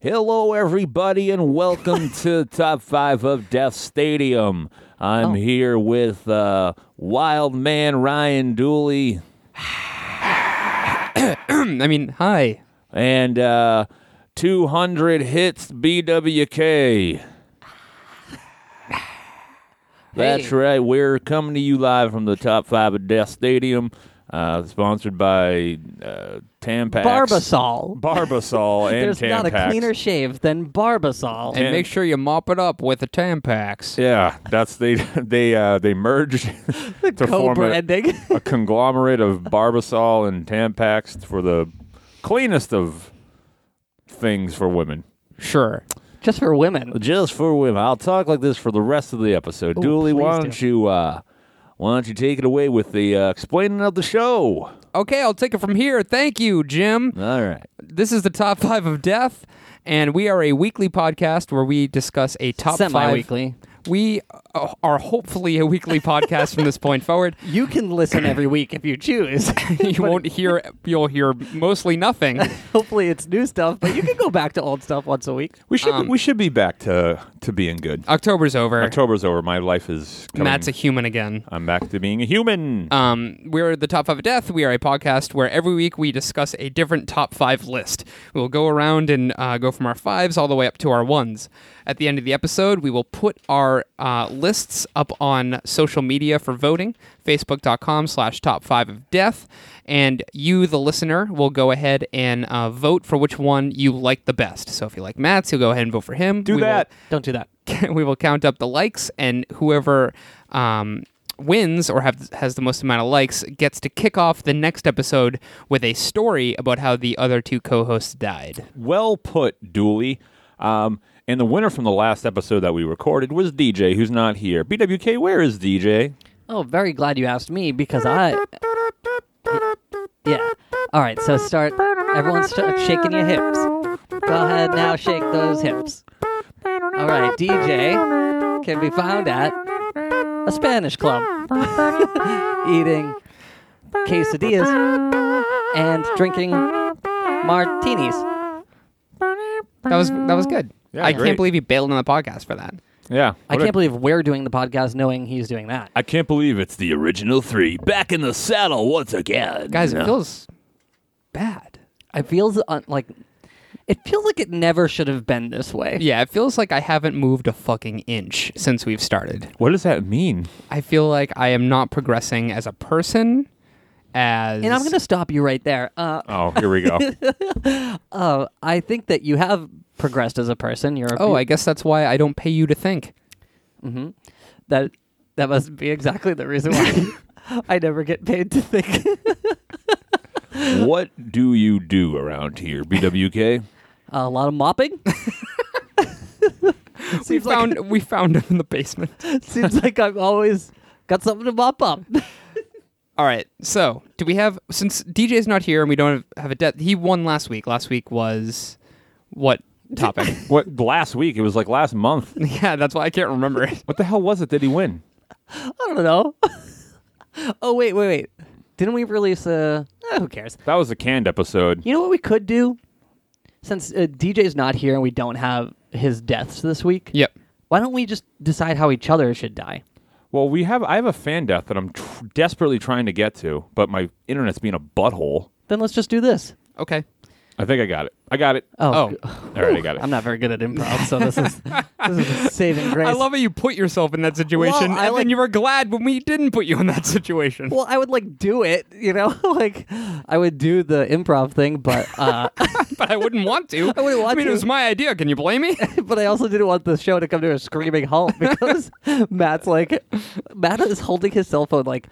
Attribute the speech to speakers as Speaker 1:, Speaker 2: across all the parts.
Speaker 1: Hello, everybody, and welcome to Top 5 of Death Stadium.
Speaker 2: Oh.
Speaker 1: I'm here with uh, Wild Man Ryan Dooley
Speaker 3: I mean, hi.
Speaker 1: and uh, 200 Hits BWK. That's
Speaker 3: Hey.
Speaker 1: right. We're coming to you live from the Top 5 of Death Stadium, uh, sponsored by uh, Tampax.
Speaker 2: Barbasol.
Speaker 1: Barbasol and
Speaker 2: There's not a
Speaker 1: Tampax.
Speaker 2: cleaner shave than Barbasol.
Speaker 3: And make sure you mop it up with the Tampax.
Speaker 1: Yeah, that's they they uh, they merged to form a,
Speaker 2: Co-branding.
Speaker 1: a conglomerate of Barbasol and Tampax for the cleanest of things for women.
Speaker 3: Sure.
Speaker 2: Just for women.
Speaker 1: Just for women. I'll talk like this for the rest of the episode. Dooley, why
Speaker 2: please
Speaker 1: don't you uh, why don't you take it away with the uh, explaining of the show?
Speaker 3: Okay, I'll take it from here. Thank you, Jim.
Speaker 1: All right.
Speaker 3: This is the top five of death, and we are a weekly podcast where we discuss a top
Speaker 2: Semi-weekly.
Speaker 3: five. We uh, are hopefully a weekly podcast from this point forward.
Speaker 2: You can listen every week if you choose.
Speaker 3: You won't hear. You'll hear mostly nothing.
Speaker 2: Hopefully it's new stuff, but you can go back to old stuff once a week.
Speaker 1: We should
Speaker 3: Um,
Speaker 1: we should be back to to being good.
Speaker 3: October's over.
Speaker 1: October's over. My life is coming.
Speaker 3: Matt's a human again.
Speaker 1: I'm back to being a human.
Speaker 3: Um, we're the Top 5 of Death. We are a podcast where every week we discuss a different top five list. We'll go around and uh, go from our fives all the way up to our ones. At the end of the episode, we will put our uh, lists up on social media for voting, facebook.com slash top five of death. And you, the listener, will go ahead and uh, vote for which one you like the best. So if you like Matt's, you'll go ahead and vote for him.
Speaker 1: Do
Speaker 3: We will-
Speaker 1: that.
Speaker 2: Don't do that.
Speaker 3: we will count up the likes, and whoever um, wins or have, has the most amount of likes gets to kick off the next episode with a story about how the other two co-hosts died.
Speaker 1: Well put, Dooley. Um, and the winner from the last episode that we recorded was DJ, who's not here. BWK, where is DJ?
Speaker 2: Oh, very glad you asked me because I. Yeah. All right, so start. Everyone start shaking your hips. Go ahead now, shake those hips. All right, DJ can be found at a Spanish club eating quesadillas and drinking martinis.
Speaker 3: That was that was good.
Speaker 1: Yeah,
Speaker 3: I
Speaker 1: great.
Speaker 3: can't believe you bailed on the podcast for that.
Speaker 1: Yeah.
Speaker 2: I
Speaker 1: what a-
Speaker 2: can't believe we're doing the podcast knowing he's doing that.
Speaker 1: I can't believe it's the original three back in the saddle once again.
Speaker 3: Guys, it
Speaker 1: No.
Speaker 3: feels bad.
Speaker 2: It feels un- like it feels like it never should have been this way.
Speaker 3: Yeah, it feels like I haven't moved a fucking inch since we've started.
Speaker 1: what does that mean?
Speaker 3: I feel like I am not progressing as a person. As
Speaker 2: And I'm going to stop you right there. Uh,
Speaker 1: Oh, here we go.
Speaker 2: uh, I think that you have progressed as a person. You're a
Speaker 3: oh, I guess that's why I don't pay you to think.
Speaker 2: that that must be exactly the reason why I never get paid to think.
Speaker 1: what do you do around here, BWK?
Speaker 2: a lot of mopping.
Speaker 3: We
Speaker 2: seems
Speaker 3: found
Speaker 2: like
Speaker 3: we found him in the basement.
Speaker 2: seems like I've always got something to mop up.
Speaker 3: All right. So, do we have since DJ's not here and we don't have, have a death? He won last week. Last week was what topic?
Speaker 1: what last week? It was like last month.
Speaker 3: yeah, that's why I can't remember it.
Speaker 1: What the hell was it? Did he win?
Speaker 2: I don't know. oh wait, wait, wait. Didn't we release a? eh, who cares?
Speaker 1: That was a canned episode.
Speaker 2: You know what we could do? Since uh, DJ's not here and we don't have his deaths this week,
Speaker 3: Yep.
Speaker 2: why don't we just decide how each other should die?
Speaker 1: Well, we have. I have a fan death that I'm tr- desperately trying to get to, but my internet's being a butthole.
Speaker 2: Then let's just do this.
Speaker 3: Okay.
Speaker 1: I think I got it. I got it.
Speaker 3: Oh,
Speaker 1: All right, I got it.
Speaker 2: I'm not very good at improv, so this is this is a saving grace.
Speaker 3: I love how you put yourself in that situation,
Speaker 2: Well, I
Speaker 3: and
Speaker 2: like-
Speaker 3: then you were glad when we didn't put you in that situation.
Speaker 2: Well, I would like do it, you know, like I would do the improv thing, but uh,
Speaker 3: but I wouldn't want to. I
Speaker 2: wouldn't want
Speaker 3: mean,
Speaker 2: to.
Speaker 3: it was my idea. Can you blame me?
Speaker 2: but I also didn't want the show to come to a screaming halt because Matt's like Matt is holding his cell phone like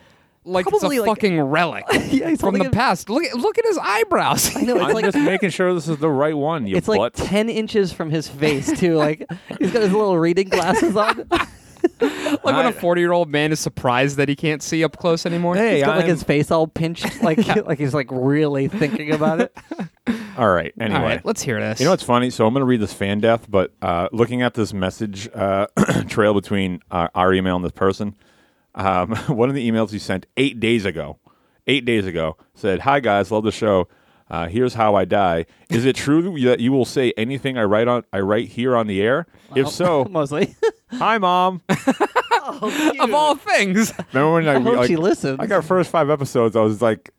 Speaker 3: Like
Speaker 2: probably
Speaker 3: it's a
Speaker 2: like
Speaker 3: fucking relic
Speaker 2: Yeah, he's
Speaker 3: from
Speaker 2: holding
Speaker 3: the
Speaker 2: it-
Speaker 3: past. Look, at- look at his eyebrows.
Speaker 2: I know it's
Speaker 1: I'm
Speaker 2: like
Speaker 1: just making sure this is the right one. You
Speaker 2: it's like
Speaker 1: butt.
Speaker 2: ten inches from his face too. Like he's got his little reading glasses on.
Speaker 3: like when
Speaker 1: I-
Speaker 3: a forty-year-old man is surprised that he can't see up close anymore.
Speaker 1: Hey,
Speaker 2: He's got like
Speaker 1: I'm-
Speaker 2: his face all pinched, like like he's like really thinking about it.
Speaker 1: all right. Anyway,
Speaker 3: All right, let's hear this.
Speaker 1: You know what's funny? So I'm going to read this fan death, but uh, looking at this message uh, trail between our, our email and this person, um, one of the emails you sent eight days ago, eight days ago said, "Hi guys, love the show. Uh, here's how I die. Is it true that you will say anything I write on I write here on the air? If so,
Speaker 2: mostly.
Speaker 1: hi mom.
Speaker 3: Of all things.
Speaker 1: Remember when I,
Speaker 2: I hope
Speaker 1: like,
Speaker 2: she listens.
Speaker 1: Like our first five episodes, I was like,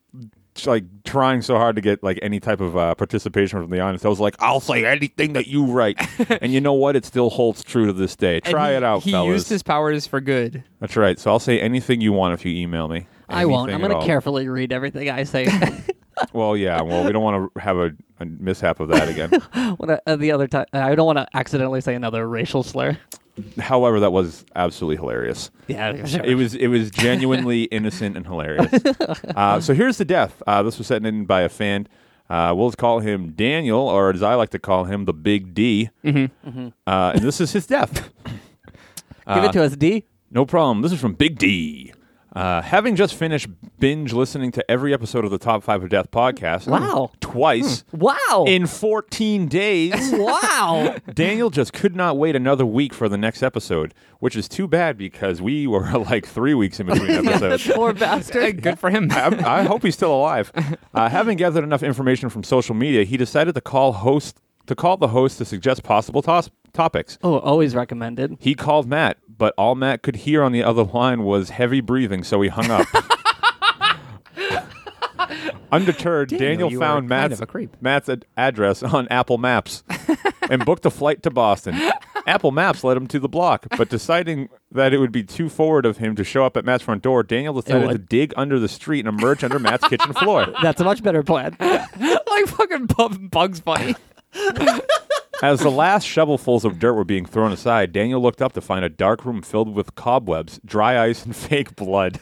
Speaker 1: t- like trying so hard to get like any type of uh, participation from the audience. I was like, I'll say anything that you write, and you know what? It still holds true to this day. Try
Speaker 3: And
Speaker 1: it out,
Speaker 3: He
Speaker 1: fellas.
Speaker 3: used his powers for good.
Speaker 1: That's right. So I'll say anything you want if you email me.
Speaker 2: I won't. I'm
Speaker 1: Anything
Speaker 2: going
Speaker 1: at
Speaker 2: to
Speaker 1: all.
Speaker 2: carefully read everything I say.
Speaker 1: Well, yeah. Well, we don't want to have a, a mishap of that again.
Speaker 2: When I- uh, the other time, I don't want to accidentally say another racial slur.
Speaker 1: However, that was absolutely hilarious.
Speaker 2: Yeah, sure.
Speaker 1: It was it was genuinely innocent and hilarious. Uh, so here's the death. Uh, this was sent in by a fan. Uh, we'll call him Daniel, or as I like to call him, the Big D.
Speaker 2: Mm-hmm.
Speaker 1: Uh, and this is his death. Uh,
Speaker 2: Give it to us, D.
Speaker 1: No problem. This is from Big D. Uh, having just finished binge listening to every episode of the Top Five of Death podcast,
Speaker 2: Wow. Hmm.
Speaker 1: twice
Speaker 2: Wow.
Speaker 1: in 14 days.
Speaker 2: wow.
Speaker 1: Daniel just could not wait another week for the next episode, which is too bad because we were like three weeks in between episodes.
Speaker 2: Poor bastard.
Speaker 3: Eh, Good for him.
Speaker 1: I, I hope he's still alive. Uh, having gathered enough information from social media, he decided to call host to call the host to suggest possible tos- topics.
Speaker 2: Oh, always recommended.
Speaker 1: He called Matt, but all Matt could hear on the other line was heavy breathing, so he hung up. Undeterred, Daniel,
Speaker 3: you are
Speaker 1: found
Speaker 3: kind
Speaker 1: Matt's,
Speaker 3: of a creep.
Speaker 1: Matt's ad- address on Apple Maps and booked a flight to Boston. Apple Maps led him to the block, but deciding that it would be too forward of him to show up at Matt's front door, Daniel decided to
Speaker 2: would.
Speaker 1: dig under the street and emerge under Matt's kitchen floor.
Speaker 2: That's a much better plan.
Speaker 3: like fucking Bu- Bugs Bunny.
Speaker 1: As the last shovelfuls of dirt were being thrown aside, Daniel looked up to find a dark room filled with cobwebs, dry ice, and fake blood.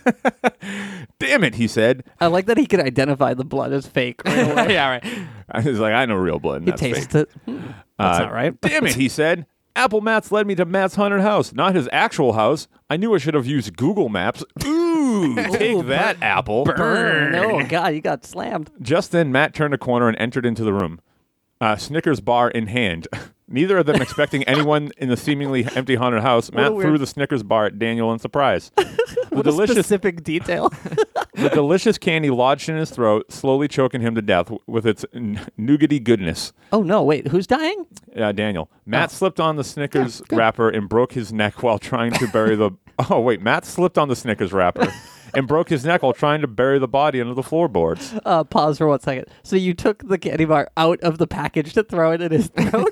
Speaker 1: Damn it, he said.
Speaker 2: I like that he could identify the blood as fake. Right away.
Speaker 3: yeah, right.
Speaker 1: I was like, I know real blood. And
Speaker 2: he
Speaker 1: that's
Speaker 2: tastes
Speaker 1: fake.
Speaker 2: it. Hmm, That's
Speaker 1: Uh,
Speaker 2: not right.
Speaker 1: Damn it, he said. Apple Maps led me to Matt's haunted house, not his actual house. I knew I should have used Google Maps. Ooh, take that, Apple.
Speaker 2: Burn. Oh God, you got slammed.
Speaker 1: Just then, Matt turned a corner and entered into the room, uh, Snickers bar in hand. Neither of them expecting anyone in the seemingly empty haunted house, Matt
Speaker 2: a
Speaker 1: threw
Speaker 2: weird-
Speaker 1: the Snickers bar at Daniel in surprise. The
Speaker 2: What a
Speaker 1: delicious,
Speaker 2: specific detail.
Speaker 1: the delicious candy lodged in his throat, slowly choking him to death with its n- nougaty goodness.
Speaker 2: oh no, wait, who's dying?
Speaker 1: Uh, Daniel. Matt
Speaker 2: Oh.
Speaker 1: slipped on the Snickers wrapper and broke his neck while trying to bury the. Oh, wait. Matt slipped on the Snickers wrapper and broke his neck while trying to bury the body under the floorboards.
Speaker 2: Uh, pause for one second. So you took the candy bar out of the package to throw it in his throat?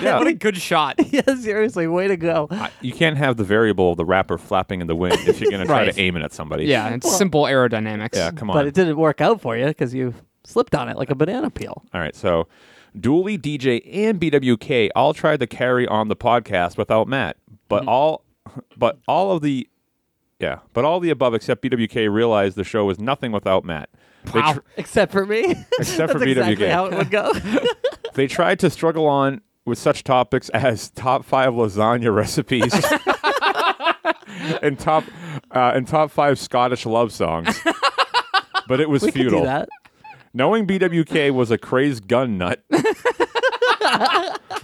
Speaker 1: Yeah.
Speaker 3: What a good shot.
Speaker 2: yeah, seriously, way to go.
Speaker 1: I- you can't have the variable of the wrapper flapping in the wind if you're going to try
Speaker 3: Right.
Speaker 1: to aim it at somebody.
Speaker 3: Yeah, it's simple aerodynamics.
Speaker 1: Yeah, come on.
Speaker 2: But it didn't work out for you because you slipped on it like a banana peel.
Speaker 1: all right. So, Dooley, DJ, and BWK all tried to carry on the podcast without Matt, but
Speaker 2: Mm-hmm.
Speaker 1: all, but all of the, yeah, but all the above except BWK realized the show was nothing without Matt. They
Speaker 3: Wow.
Speaker 1: tr-
Speaker 2: Except for me.
Speaker 1: Except for
Speaker 2: That's exactly
Speaker 1: BWK.
Speaker 2: how it would go.
Speaker 1: They tried to struggle on with such topics as top five lasagna recipes and top uh, and top five Scottish love songs. But it was
Speaker 2: we could
Speaker 1: futile.
Speaker 2: do that.
Speaker 1: Knowing BWK was a crazed gun nut,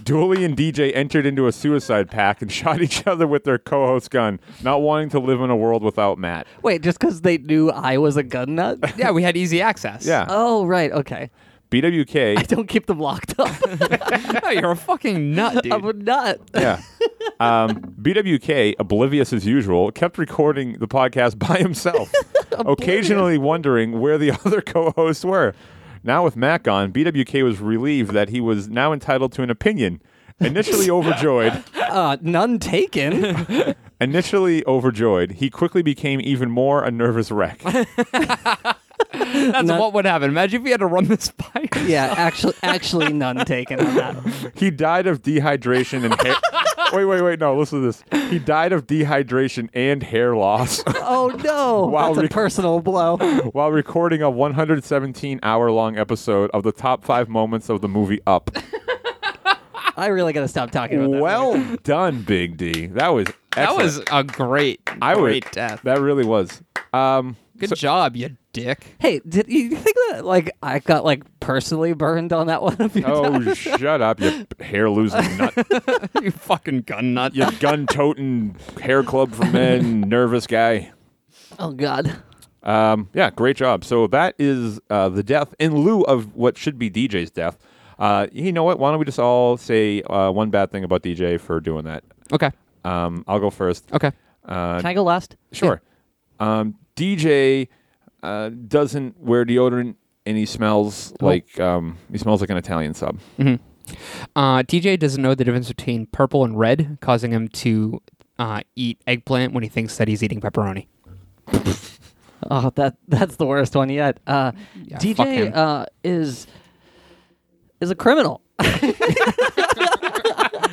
Speaker 1: Dooley and DJ entered into a suicide pact and shot each other with their co-host gun, not wanting to live in a world without Matt.
Speaker 2: Wait, just because they knew I was a gun nut?
Speaker 3: Yeah, we had easy access.
Speaker 1: Yeah,
Speaker 2: Oh, right. Okay.
Speaker 1: BWK.
Speaker 2: I don't keep them locked up.
Speaker 3: No, you're a fucking nut, dude.
Speaker 2: I'm a nut.
Speaker 1: Yeah. Um, BWK, oblivious as usual, kept recording the podcast by himself, occasionally wondering where the other co hosts were. Now, with Mac on, BWK was relieved that he was now entitled to an opinion. Initially overjoyed,
Speaker 2: Uh, none taken.
Speaker 1: initially overjoyed, he quickly became even more a nervous wreck.
Speaker 3: That's
Speaker 2: Nut-
Speaker 3: what would happen. Imagine if we had to run this by.
Speaker 2: yeah, actually, actually none taken on that.
Speaker 1: He died of dehydration and hair. Wait, wait, wait! No, listen to this. He died of dehydration and hair loss.
Speaker 2: Oh no,
Speaker 1: Wow,
Speaker 2: that's a
Speaker 1: Rick-
Speaker 2: personal blow.
Speaker 1: while recording a 117 hour long episode of the top five moments of the movie Up.
Speaker 2: I really gotta stop talking about that.
Speaker 1: well done, Big D. That was
Speaker 3: That
Speaker 1: excellent.
Speaker 3: was a great,
Speaker 1: I would-
Speaker 3: great death.
Speaker 1: That really was. Um,
Speaker 3: Good job, you dick.
Speaker 2: Hey, did you think that like I got like personally burned on that one a few times?
Speaker 1: oh, shut up, you hair losing nut,
Speaker 3: you fucking gun nut.
Speaker 1: you gun toting hair club for men, nervous guy.
Speaker 2: Oh god.
Speaker 1: Um, yeah, great job. So that is uh, the death in lieu of what should be DJ's death. Uh, you know what? Why don't we just all say uh, one bad thing about DJ for doing that?
Speaker 3: Okay.
Speaker 1: Um, I'll go first.
Speaker 3: Okay.
Speaker 1: Uh,
Speaker 2: Can I go last?
Speaker 1: Sure. Um, DJ uh, doesn't wear deodorant and he smells
Speaker 2: Oh.
Speaker 1: like um, he smells like an Italian sub.
Speaker 3: Uh, DJ doesn't know the difference between purple and red, causing him to uh, eat eggplant when he thinks that he's eating pepperoni.
Speaker 2: Oh, that that's the worst one yet. Uh,
Speaker 3: fuck
Speaker 2: DJ
Speaker 3: him.
Speaker 2: uh, is is a criminal.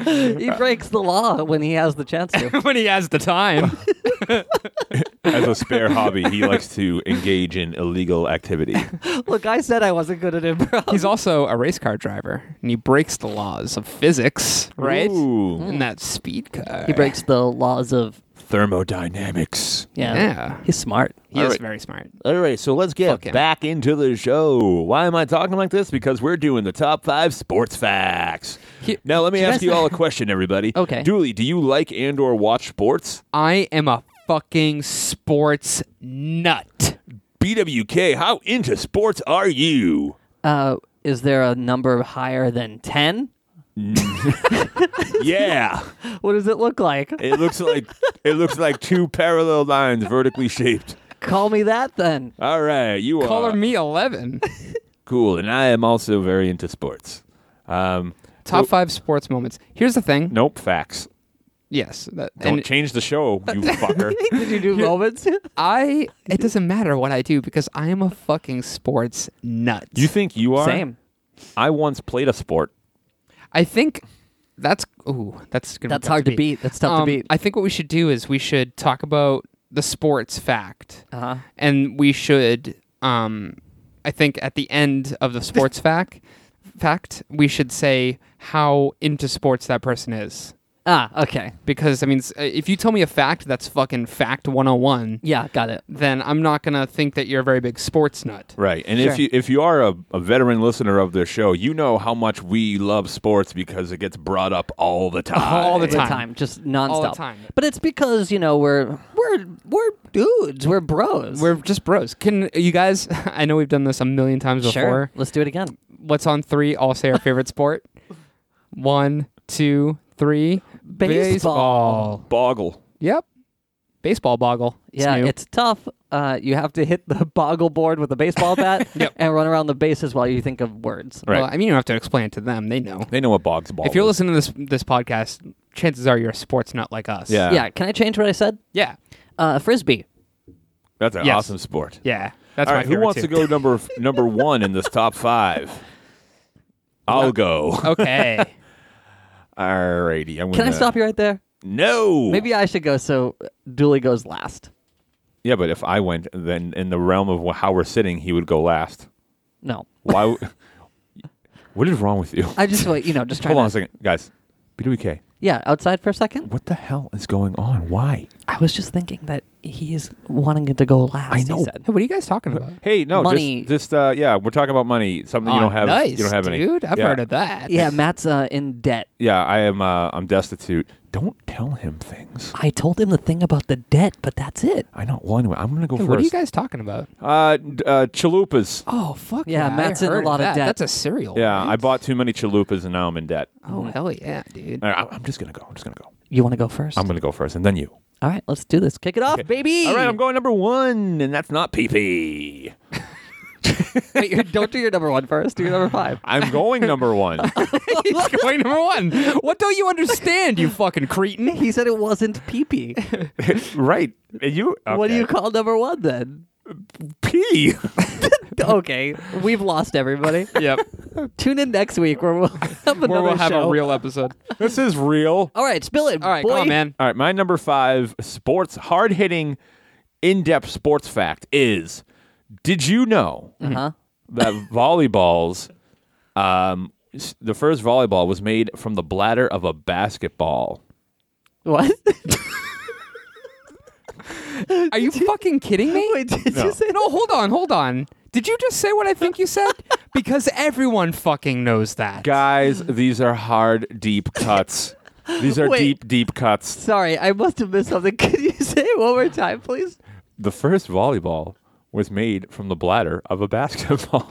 Speaker 2: he breaks the law when he has the chance to.
Speaker 3: when he has the time.
Speaker 1: As a spare hobby, he likes to engage in illegal activity.
Speaker 2: Look, I said I wasn't good at improv.
Speaker 3: he's also a race car driver, and he breaks the laws of physics, right?
Speaker 1: Ooh,
Speaker 2: Mm.
Speaker 3: In that speed car.
Speaker 2: He breaks the laws of
Speaker 1: thermodynamics.
Speaker 2: yeah.
Speaker 3: Yeah.
Speaker 2: He's smart.
Speaker 3: He
Speaker 1: All
Speaker 3: is
Speaker 1: right.
Speaker 3: very smart.
Speaker 1: All right, so let's get
Speaker 3: Fuck him.
Speaker 1: back into the show. Why am I talking like this? Because we're doing the top five sports facts.
Speaker 3: He-
Speaker 1: now, let me
Speaker 2: you
Speaker 1: ask
Speaker 2: guys-
Speaker 1: you all a question, everybody.
Speaker 2: Okay.
Speaker 1: Dooley, do you like and or watch sports?
Speaker 3: I am a fucking sports nut.
Speaker 1: BWK, how into sports are you?
Speaker 2: Uh, is there a number higher than ten?
Speaker 1: Yeah,
Speaker 2: What does it look like?
Speaker 1: it looks like it looks like two parallel lines vertically shaped.
Speaker 2: Call me that then.
Speaker 1: All right, you
Speaker 3: Color
Speaker 1: are
Speaker 3: me 11.
Speaker 1: cool, and I am also very into sports. Um,
Speaker 3: Top five sports moments. Here's the thing.
Speaker 1: nope, facts.
Speaker 3: Yes. That,
Speaker 1: Don't
Speaker 3: and
Speaker 1: change the show, you fucker.
Speaker 2: Did you do moments?
Speaker 3: I, it doesn't matter what I do because I am a fucking sports nut.
Speaker 1: You think you are?
Speaker 2: Same.
Speaker 1: I once played a sport.
Speaker 3: I think that's ooh, that's gonna be
Speaker 2: That's
Speaker 3: tough
Speaker 2: hard to beat. That's tough to
Speaker 3: Um,
Speaker 2: beat.
Speaker 3: I think what we should do is we should talk about the sports fact,
Speaker 2: Uh-huh.
Speaker 3: and we should, um, I think, at the end of the sports fact, fact, we should say how into sports that person is.
Speaker 2: Ah, okay.
Speaker 3: Because I mean, s- uh, if you tell me a fact that's fucking fact 101,
Speaker 2: Yeah, got it.
Speaker 3: then I'm not gonna think that you're a very big sports nut.
Speaker 1: Right. And if
Speaker 2: Sure.
Speaker 1: you if you are a, a veteran listener of this show, you know how much we love sports because it gets brought up all the time.
Speaker 3: All the
Speaker 2: the
Speaker 3: time.
Speaker 2: time. just nonstop.
Speaker 3: All the time.
Speaker 2: But it's because you know we're we're we're dudes, we're bros.
Speaker 3: We're just bros. Can you guys? I know we've done this a million times
Speaker 2: sure.
Speaker 3: before.
Speaker 2: Let's do it again.
Speaker 3: what's on three? I'll say our favorite sport. One, two, three.
Speaker 2: Baseball.
Speaker 1: Boggle.
Speaker 3: Yep. Baseball boggle. It's
Speaker 2: Yeah,
Speaker 3: new.
Speaker 2: it's tough. Uh, you have to hit the boggle board with a baseball bat and run around the bases while you think of words.
Speaker 1: Right.
Speaker 3: Well, I mean, you don't have to explain it to them. They know.
Speaker 1: They know what bog's ball
Speaker 3: If you're
Speaker 1: is.
Speaker 3: listening to this this podcast, chances are you're a sports nut like us.
Speaker 1: Yeah.
Speaker 2: Yeah. Can I change what I said?
Speaker 3: Yeah.
Speaker 2: Uh, frisbee.
Speaker 1: That's an
Speaker 3: Yes.
Speaker 1: awesome sport.
Speaker 3: Yeah. That's
Speaker 1: all
Speaker 3: my
Speaker 1: right, who
Speaker 3: favorite
Speaker 1: wants
Speaker 3: too.
Speaker 1: to go number f- number one in this top five? I'll go.
Speaker 3: Okay.
Speaker 1: All righty. I'm
Speaker 2: Can I
Speaker 1: gonna-
Speaker 2: stop you right there?
Speaker 1: No.
Speaker 2: Maybe I should go. So Dooley goes last.
Speaker 1: Yeah, but if I went, then in the realm of wh- how we're sitting, he would go last.
Speaker 2: No,
Speaker 1: Why? w- what is wrong with you?
Speaker 2: I just like you know just trying
Speaker 1: Hold on a
Speaker 2: to,
Speaker 1: second, guys. BWK.
Speaker 2: yeah outside for a second.
Speaker 1: What the hell is going on? Why?
Speaker 2: I was just thinking that he is wanting it to go last.
Speaker 1: I know.
Speaker 2: He said.
Speaker 3: Hey, what are you guys talking about?
Speaker 1: Hey, no,
Speaker 2: Money.
Speaker 1: just, just uh, yeah, we're talking about money. Something you
Speaker 3: Oh,
Speaker 1: don't have.
Speaker 3: Nice,
Speaker 1: you don't have any.
Speaker 3: dude. I've
Speaker 1: yeah.
Speaker 3: heard of that.
Speaker 2: Yeah, Matt's uh, in debt.
Speaker 1: Yeah, I am. Uh, I'm destitute. Don't tell him things.
Speaker 2: I told him the thing about the debt, but that's it.
Speaker 1: I know. Well, anyway, I'm gonna go
Speaker 3: Hey,
Speaker 1: first.
Speaker 3: what are you guys talking about?
Speaker 1: Uh, d- uh, chalupas.
Speaker 3: Oh fuck
Speaker 2: Yeah,
Speaker 3: I
Speaker 2: Matt's in a
Speaker 3: heard
Speaker 2: lot of
Speaker 3: that.
Speaker 2: debt.
Speaker 3: That's a cereal.
Speaker 1: Yeah,
Speaker 3: right?
Speaker 1: I bought too many chalupas and now I'm in debt.
Speaker 3: Oh hell yeah, dude.
Speaker 1: All right, I- I'm just gonna go. I'm just gonna go.
Speaker 2: You want to go 1st
Speaker 1: I'm gonna go first, and then you.
Speaker 2: All right, let's do this. Kick it off, baby.
Speaker 1: All right, I'm going number one, and that's not pee
Speaker 2: Wait, you- don't do your number one first. Do your number five.
Speaker 1: I'm going number one.
Speaker 3: He's going number one. What don't you understand, you fucking cretin?
Speaker 2: He said it wasn't pee pee.
Speaker 1: right? You.
Speaker 2: What do
Speaker 1: okay.
Speaker 2: you call number one then?
Speaker 1: pee?
Speaker 2: Okay, we've lost everybody.
Speaker 3: Yep.
Speaker 2: Tune in next week where we'll have another
Speaker 3: Where we'll have
Speaker 2: show.
Speaker 3: a real episode.
Speaker 1: this is real.
Speaker 2: All right, spill it.
Speaker 3: All right,
Speaker 2: boy.
Speaker 3: come on, man.
Speaker 1: All right, my number five sports hard hitting, in depth sports fact is: Did you know
Speaker 2: Uh-huh.
Speaker 1: that volleyballs, um, s- the first volleyball was made from the bladder of a basketball?
Speaker 2: What?
Speaker 3: Are you fucking kidding me?
Speaker 2: Wait, did
Speaker 1: No.
Speaker 2: you say
Speaker 3: No, hold on, hold on. Did you just say what I think you said? Because everyone fucking knows that.
Speaker 1: Guys, these are hard, deep cuts. These are
Speaker 2: Wait.
Speaker 1: deep, deep cuts.
Speaker 2: Sorry, I must have missed something. Could you say it one more time, please?
Speaker 1: The first volleyball was made from the bladder of a basketball.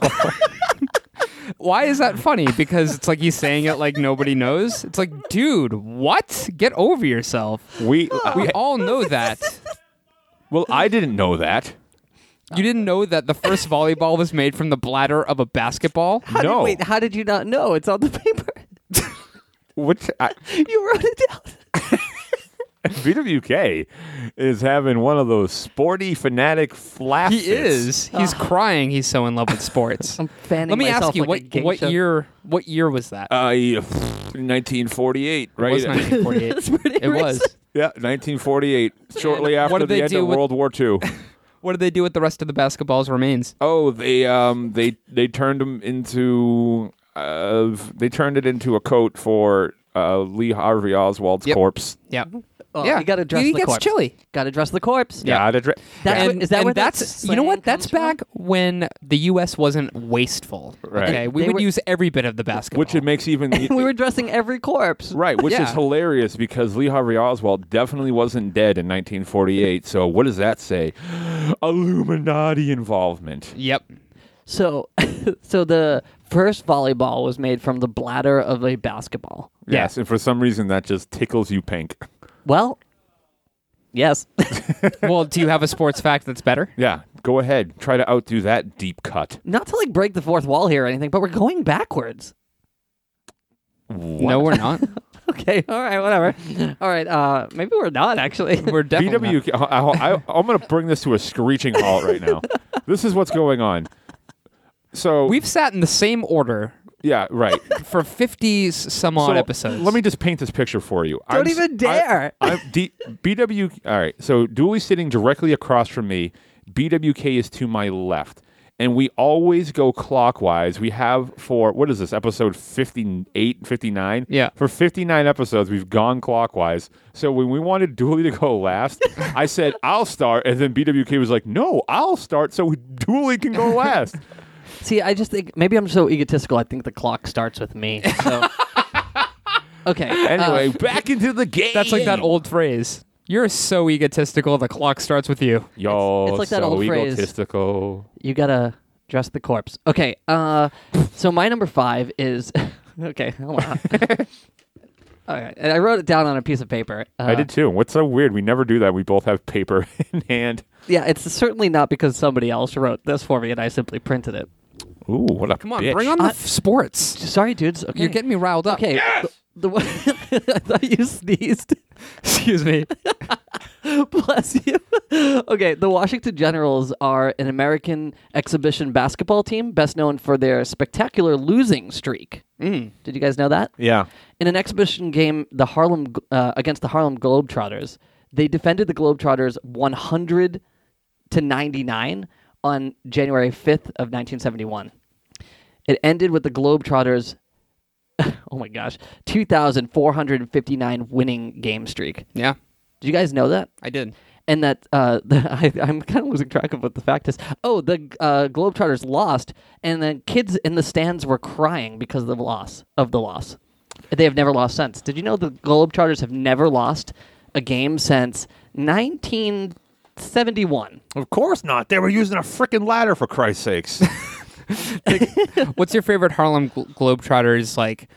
Speaker 3: Why is that funny? Because it's like he's saying it like nobody knows. It's like, dude, what? Get over yourself.
Speaker 1: we,
Speaker 3: We
Speaker 2: Oh.
Speaker 3: all know that.
Speaker 1: well, I didn't know that.
Speaker 3: You didn't know that the first volleyball was made from the bladder of a basketball?
Speaker 2: How
Speaker 1: no,
Speaker 2: Did, wait, how did you not know? It's on the paper.
Speaker 1: which I,
Speaker 2: you wrote it down.
Speaker 1: BWK is having one of those sporty fanatic flaps.
Speaker 3: He is. He's crying. He's so in love with sports.
Speaker 2: I'm fanning
Speaker 3: Let me ask
Speaker 2: myself
Speaker 3: you
Speaker 2: like a
Speaker 3: what what
Speaker 2: geisha.
Speaker 3: year what year was that?
Speaker 1: Uh, yeah, 1948,
Speaker 3: it
Speaker 1: right?
Speaker 3: was 1948.
Speaker 2: That's pretty
Speaker 3: it was.
Speaker 2: recent.
Speaker 1: yeah, 1948, shortly
Speaker 3: And what
Speaker 1: after
Speaker 3: did
Speaker 1: the
Speaker 3: they
Speaker 1: end
Speaker 3: do
Speaker 1: of
Speaker 3: with-
Speaker 1: World War II.
Speaker 3: What did they do with the rest of the basketball's remains?
Speaker 1: Oh, they um they they turned him into uh they turned it into a coat for uh Lee Harvey Oswald's
Speaker 3: Yep.
Speaker 1: corpse.
Speaker 3: Yeah.
Speaker 2: Oh,
Speaker 3: yeah.
Speaker 2: You gotta dress
Speaker 3: he
Speaker 2: the
Speaker 3: gets
Speaker 2: corpse.
Speaker 3: chilly.
Speaker 2: Got to dress the corpse.
Speaker 1: Got it.
Speaker 2: That's
Speaker 3: and,
Speaker 2: what, is that
Speaker 3: and
Speaker 2: where that
Speaker 3: that's you know what
Speaker 2: slang
Speaker 3: that's
Speaker 2: comes from?
Speaker 3: back when the U.S. wasn't wasteful.
Speaker 1: Right.
Speaker 3: Okay, we
Speaker 2: They
Speaker 3: would
Speaker 2: were-
Speaker 3: use every bit of the basketball.
Speaker 1: which it makes even
Speaker 2: we were dressing every corpse.
Speaker 1: right, which
Speaker 3: Yeah.
Speaker 1: is hilarious because Lee Harvey Oswald definitely wasn't dead in 1948. So what does that say? Illuminati involvement.
Speaker 3: yep.
Speaker 2: So, so the first volleyball was made from the bladder of a basketball.
Speaker 3: Yeah.
Speaker 1: Yes, and for some reason that just tickles you pink.
Speaker 2: Well, yes.
Speaker 3: well, do you have a sports fact that's better?
Speaker 1: Yeah, go ahead. Try to outdo that deep cut.
Speaker 2: Not to like break the fourth wall here or anything, but we're going backwards.
Speaker 3: No, we're not.
Speaker 2: Okay. All right. Whatever. All right. Uh, maybe we're not actually.
Speaker 3: We're definitely not.
Speaker 1: BWK. I, I, I'm going to bring this to a screeching halt right now. this is what's going on. So
Speaker 3: We've sat in the same order
Speaker 1: yeah, right.
Speaker 3: for 50 s- some odd
Speaker 1: So,
Speaker 3: episodes.
Speaker 1: Let me just paint this picture for you.
Speaker 2: Don't
Speaker 1: s-
Speaker 2: even dare.
Speaker 1: I, am D, BW. All right. So Dooley's sitting directly across from me. BWK is to my left. And we always go clockwise. We have for, what is this, episode 58, 59?
Speaker 3: Yeah.
Speaker 1: For 59 episodes, we've gone clockwise. So when we wanted Dooley to go last, I said, I'll start. And then BWK was like, no, I'll start so Dooley can go last.
Speaker 2: See, I just think maybe I'm so egotistical. I think the clock starts with me. So. okay.
Speaker 1: anyway,
Speaker 2: uh,
Speaker 1: back into the game.
Speaker 3: That's like that old phrase. You're so egotistical. The clock starts with you.
Speaker 1: Yo,
Speaker 2: It's- it's like that
Speaker 1: so
Speaker 2: old phrase.
Speaker 1: egotistical.
Speaker 2: you gotta dress the corpse. Okay. Uh, so my number five is. okay. Hold on. All right. And I wrote it down on a piece of paper. Uh,
Speaker 1: I did too. What's so weird? We never do that. We both have paper in hand.
Speaker 2: Yeah, it's certainly not because somebody else wrote this for me and I simply printed it.
Speaker 1: Ooh, what a
Speaker 3: Come on,
Speaker 1: bitch.
Speaker 3: bring on the f- sports.
Speaker 2: Sorry, dudes. Okay.
Speaker 3: You're getting me riled up.
Speaker 2: okay. The, the, I thought you sneezed.
Speaker 3: Excuse me.
Speaker 2: Bless you. okay, the Washington Generals are an American exhibition basketball team, best known for their spectacular losing streak. Mm. Did you guys know that?
Speaker 1: Yeah.
Speaker 2: In an exhibition game, the Harlem uh, against the Harlem Globetrotters, they defended the Globetrotters 100 to 99 on January 5th of 1971. It ended with the Globetrotters oh my gosh, 2459 winning game streak.
Speaker 3: Yeah,
Speaker 2: Do you guys know that?
Speaker 3: I did.
Speaker 2: And that uh, the, I, I'm kind of losing track of what the fact is. Oh, the uh, Globetrotters lost, and the kids in the stands were crying because of the loss of the loss. They have never lost since. Did you know the Globetrotters have never lost a game since 1971?
Speaker 1: Of course not. They were using a freaking ladder for Christ's sakes.
Speaker 3: What's your favorite Harlem Glo- Globetrotters like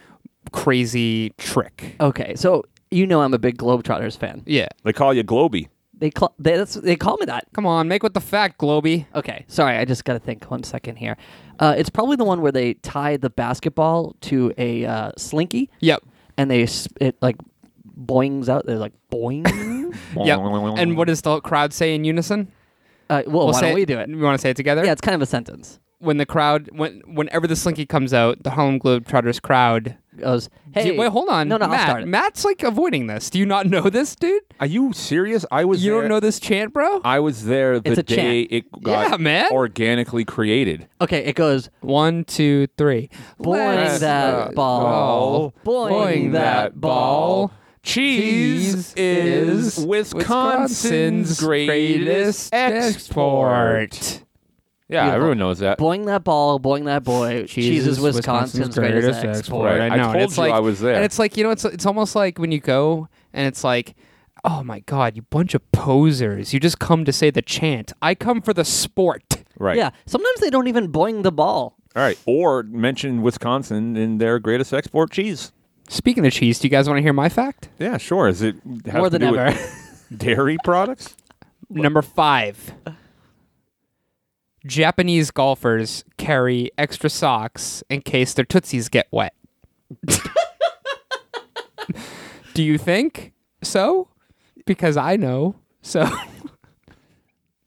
Speaker 3: crazy trick?
Speaker 2: Okay, so you know I'm a big Globetrotters fan.
Speaker 3: Yeah.
Speaker 1: they call you Globy.
Speaker 2: They call they, that's, they call me that.
Speaker 3: Come on, make with the fact, Globy.
Speaker 2: Okay, sorry, I just got to think one second here. Uh, it's probably the one where they tie the basketball to a uh, slinky.
Speaker 3: Yep.
Speaker 2: and they s- it like boings out. They're like boing.
Speaker 3: Yep. And what does the crowd say in unison?
Speaker 2: uh, well, why
Speaker 3: say
Speaker 2: don't we do it?
Speaker 3: You want to say it together?
Speaker 2: Yeah, it's kind of a sentence.
Speaker 3: When the crowd, when whenever the slinky comes out, the Harlem Globetrotters crowd.
Speaker 2: It goes, hey,
Speaker 3: Dude, wait, hold on.
Speaker 2: No, no,
Speaker 3: Matt.
Speaker 2: I'll start it.
Speaker 3: Matt's like avoiding this. Do you not know this, dude?
Speaker 1: Are you serious? I was
Speaker 3: You
Speaker 1: there.
Speaker 3: don't know this chant, bro?
Speaker 1: I was there the
Speaker 2: It's a
Speaker 1: day
Speaker 2: chant.
Speaker 1: it got
Speaker 3: Yeah, man.
Speaker 1: organically created.
Speaker 2: Okay, it goes
Speaker 3: One, two, three.
Speaker 2: boing
Speaker 3: Let's
Speaker 2: that
Speaker 3: go.
Speaker 2: ball, boing, that ball.
Speaker 1: Cheese
Speaker 3: Cheese is
Speaker 1: is Wisconsin's greatest export. Yeah,
Speaker 2: Beautiful.
Speaker 1: everyone knows that.
Speaker 2: Boing that ball, boing that boy. Cheese, is Wisconsin's, greatest, export.
Speaker 1: export. Right, I
Speaker 3: know, and
Speaker 1: told
Speaker 3: it's
Speaker 1: you
Speaker 3: like,
Speaker 1: I was there.
Speaker 3: And it's like you know, it's it's almost like when you go and it's like, oh my god, you bunch of posers! You just come to say the chant. I come for the sport.
Speaker 1: Right.
Speaker 2: Yeah. Sometimes they don't even boing the ball.
Speaker 1: All right. Or mention Wisconsin in their greatest export cheese.
Speaker 3: Speaking of cheese, do you guys want to hear my fact?
Speaker 1: Yeah, sure. Is it have
Speaker 2: More
Speaker 1: to
Speaker 2: than
Speaker 1: do
Speaker 2: ever.
Speaker 1: with dairy products?
Speaker 3: Number five. Japanese golfers carry extra socks in case their tootsies get wet. Do you think so? Because I know. So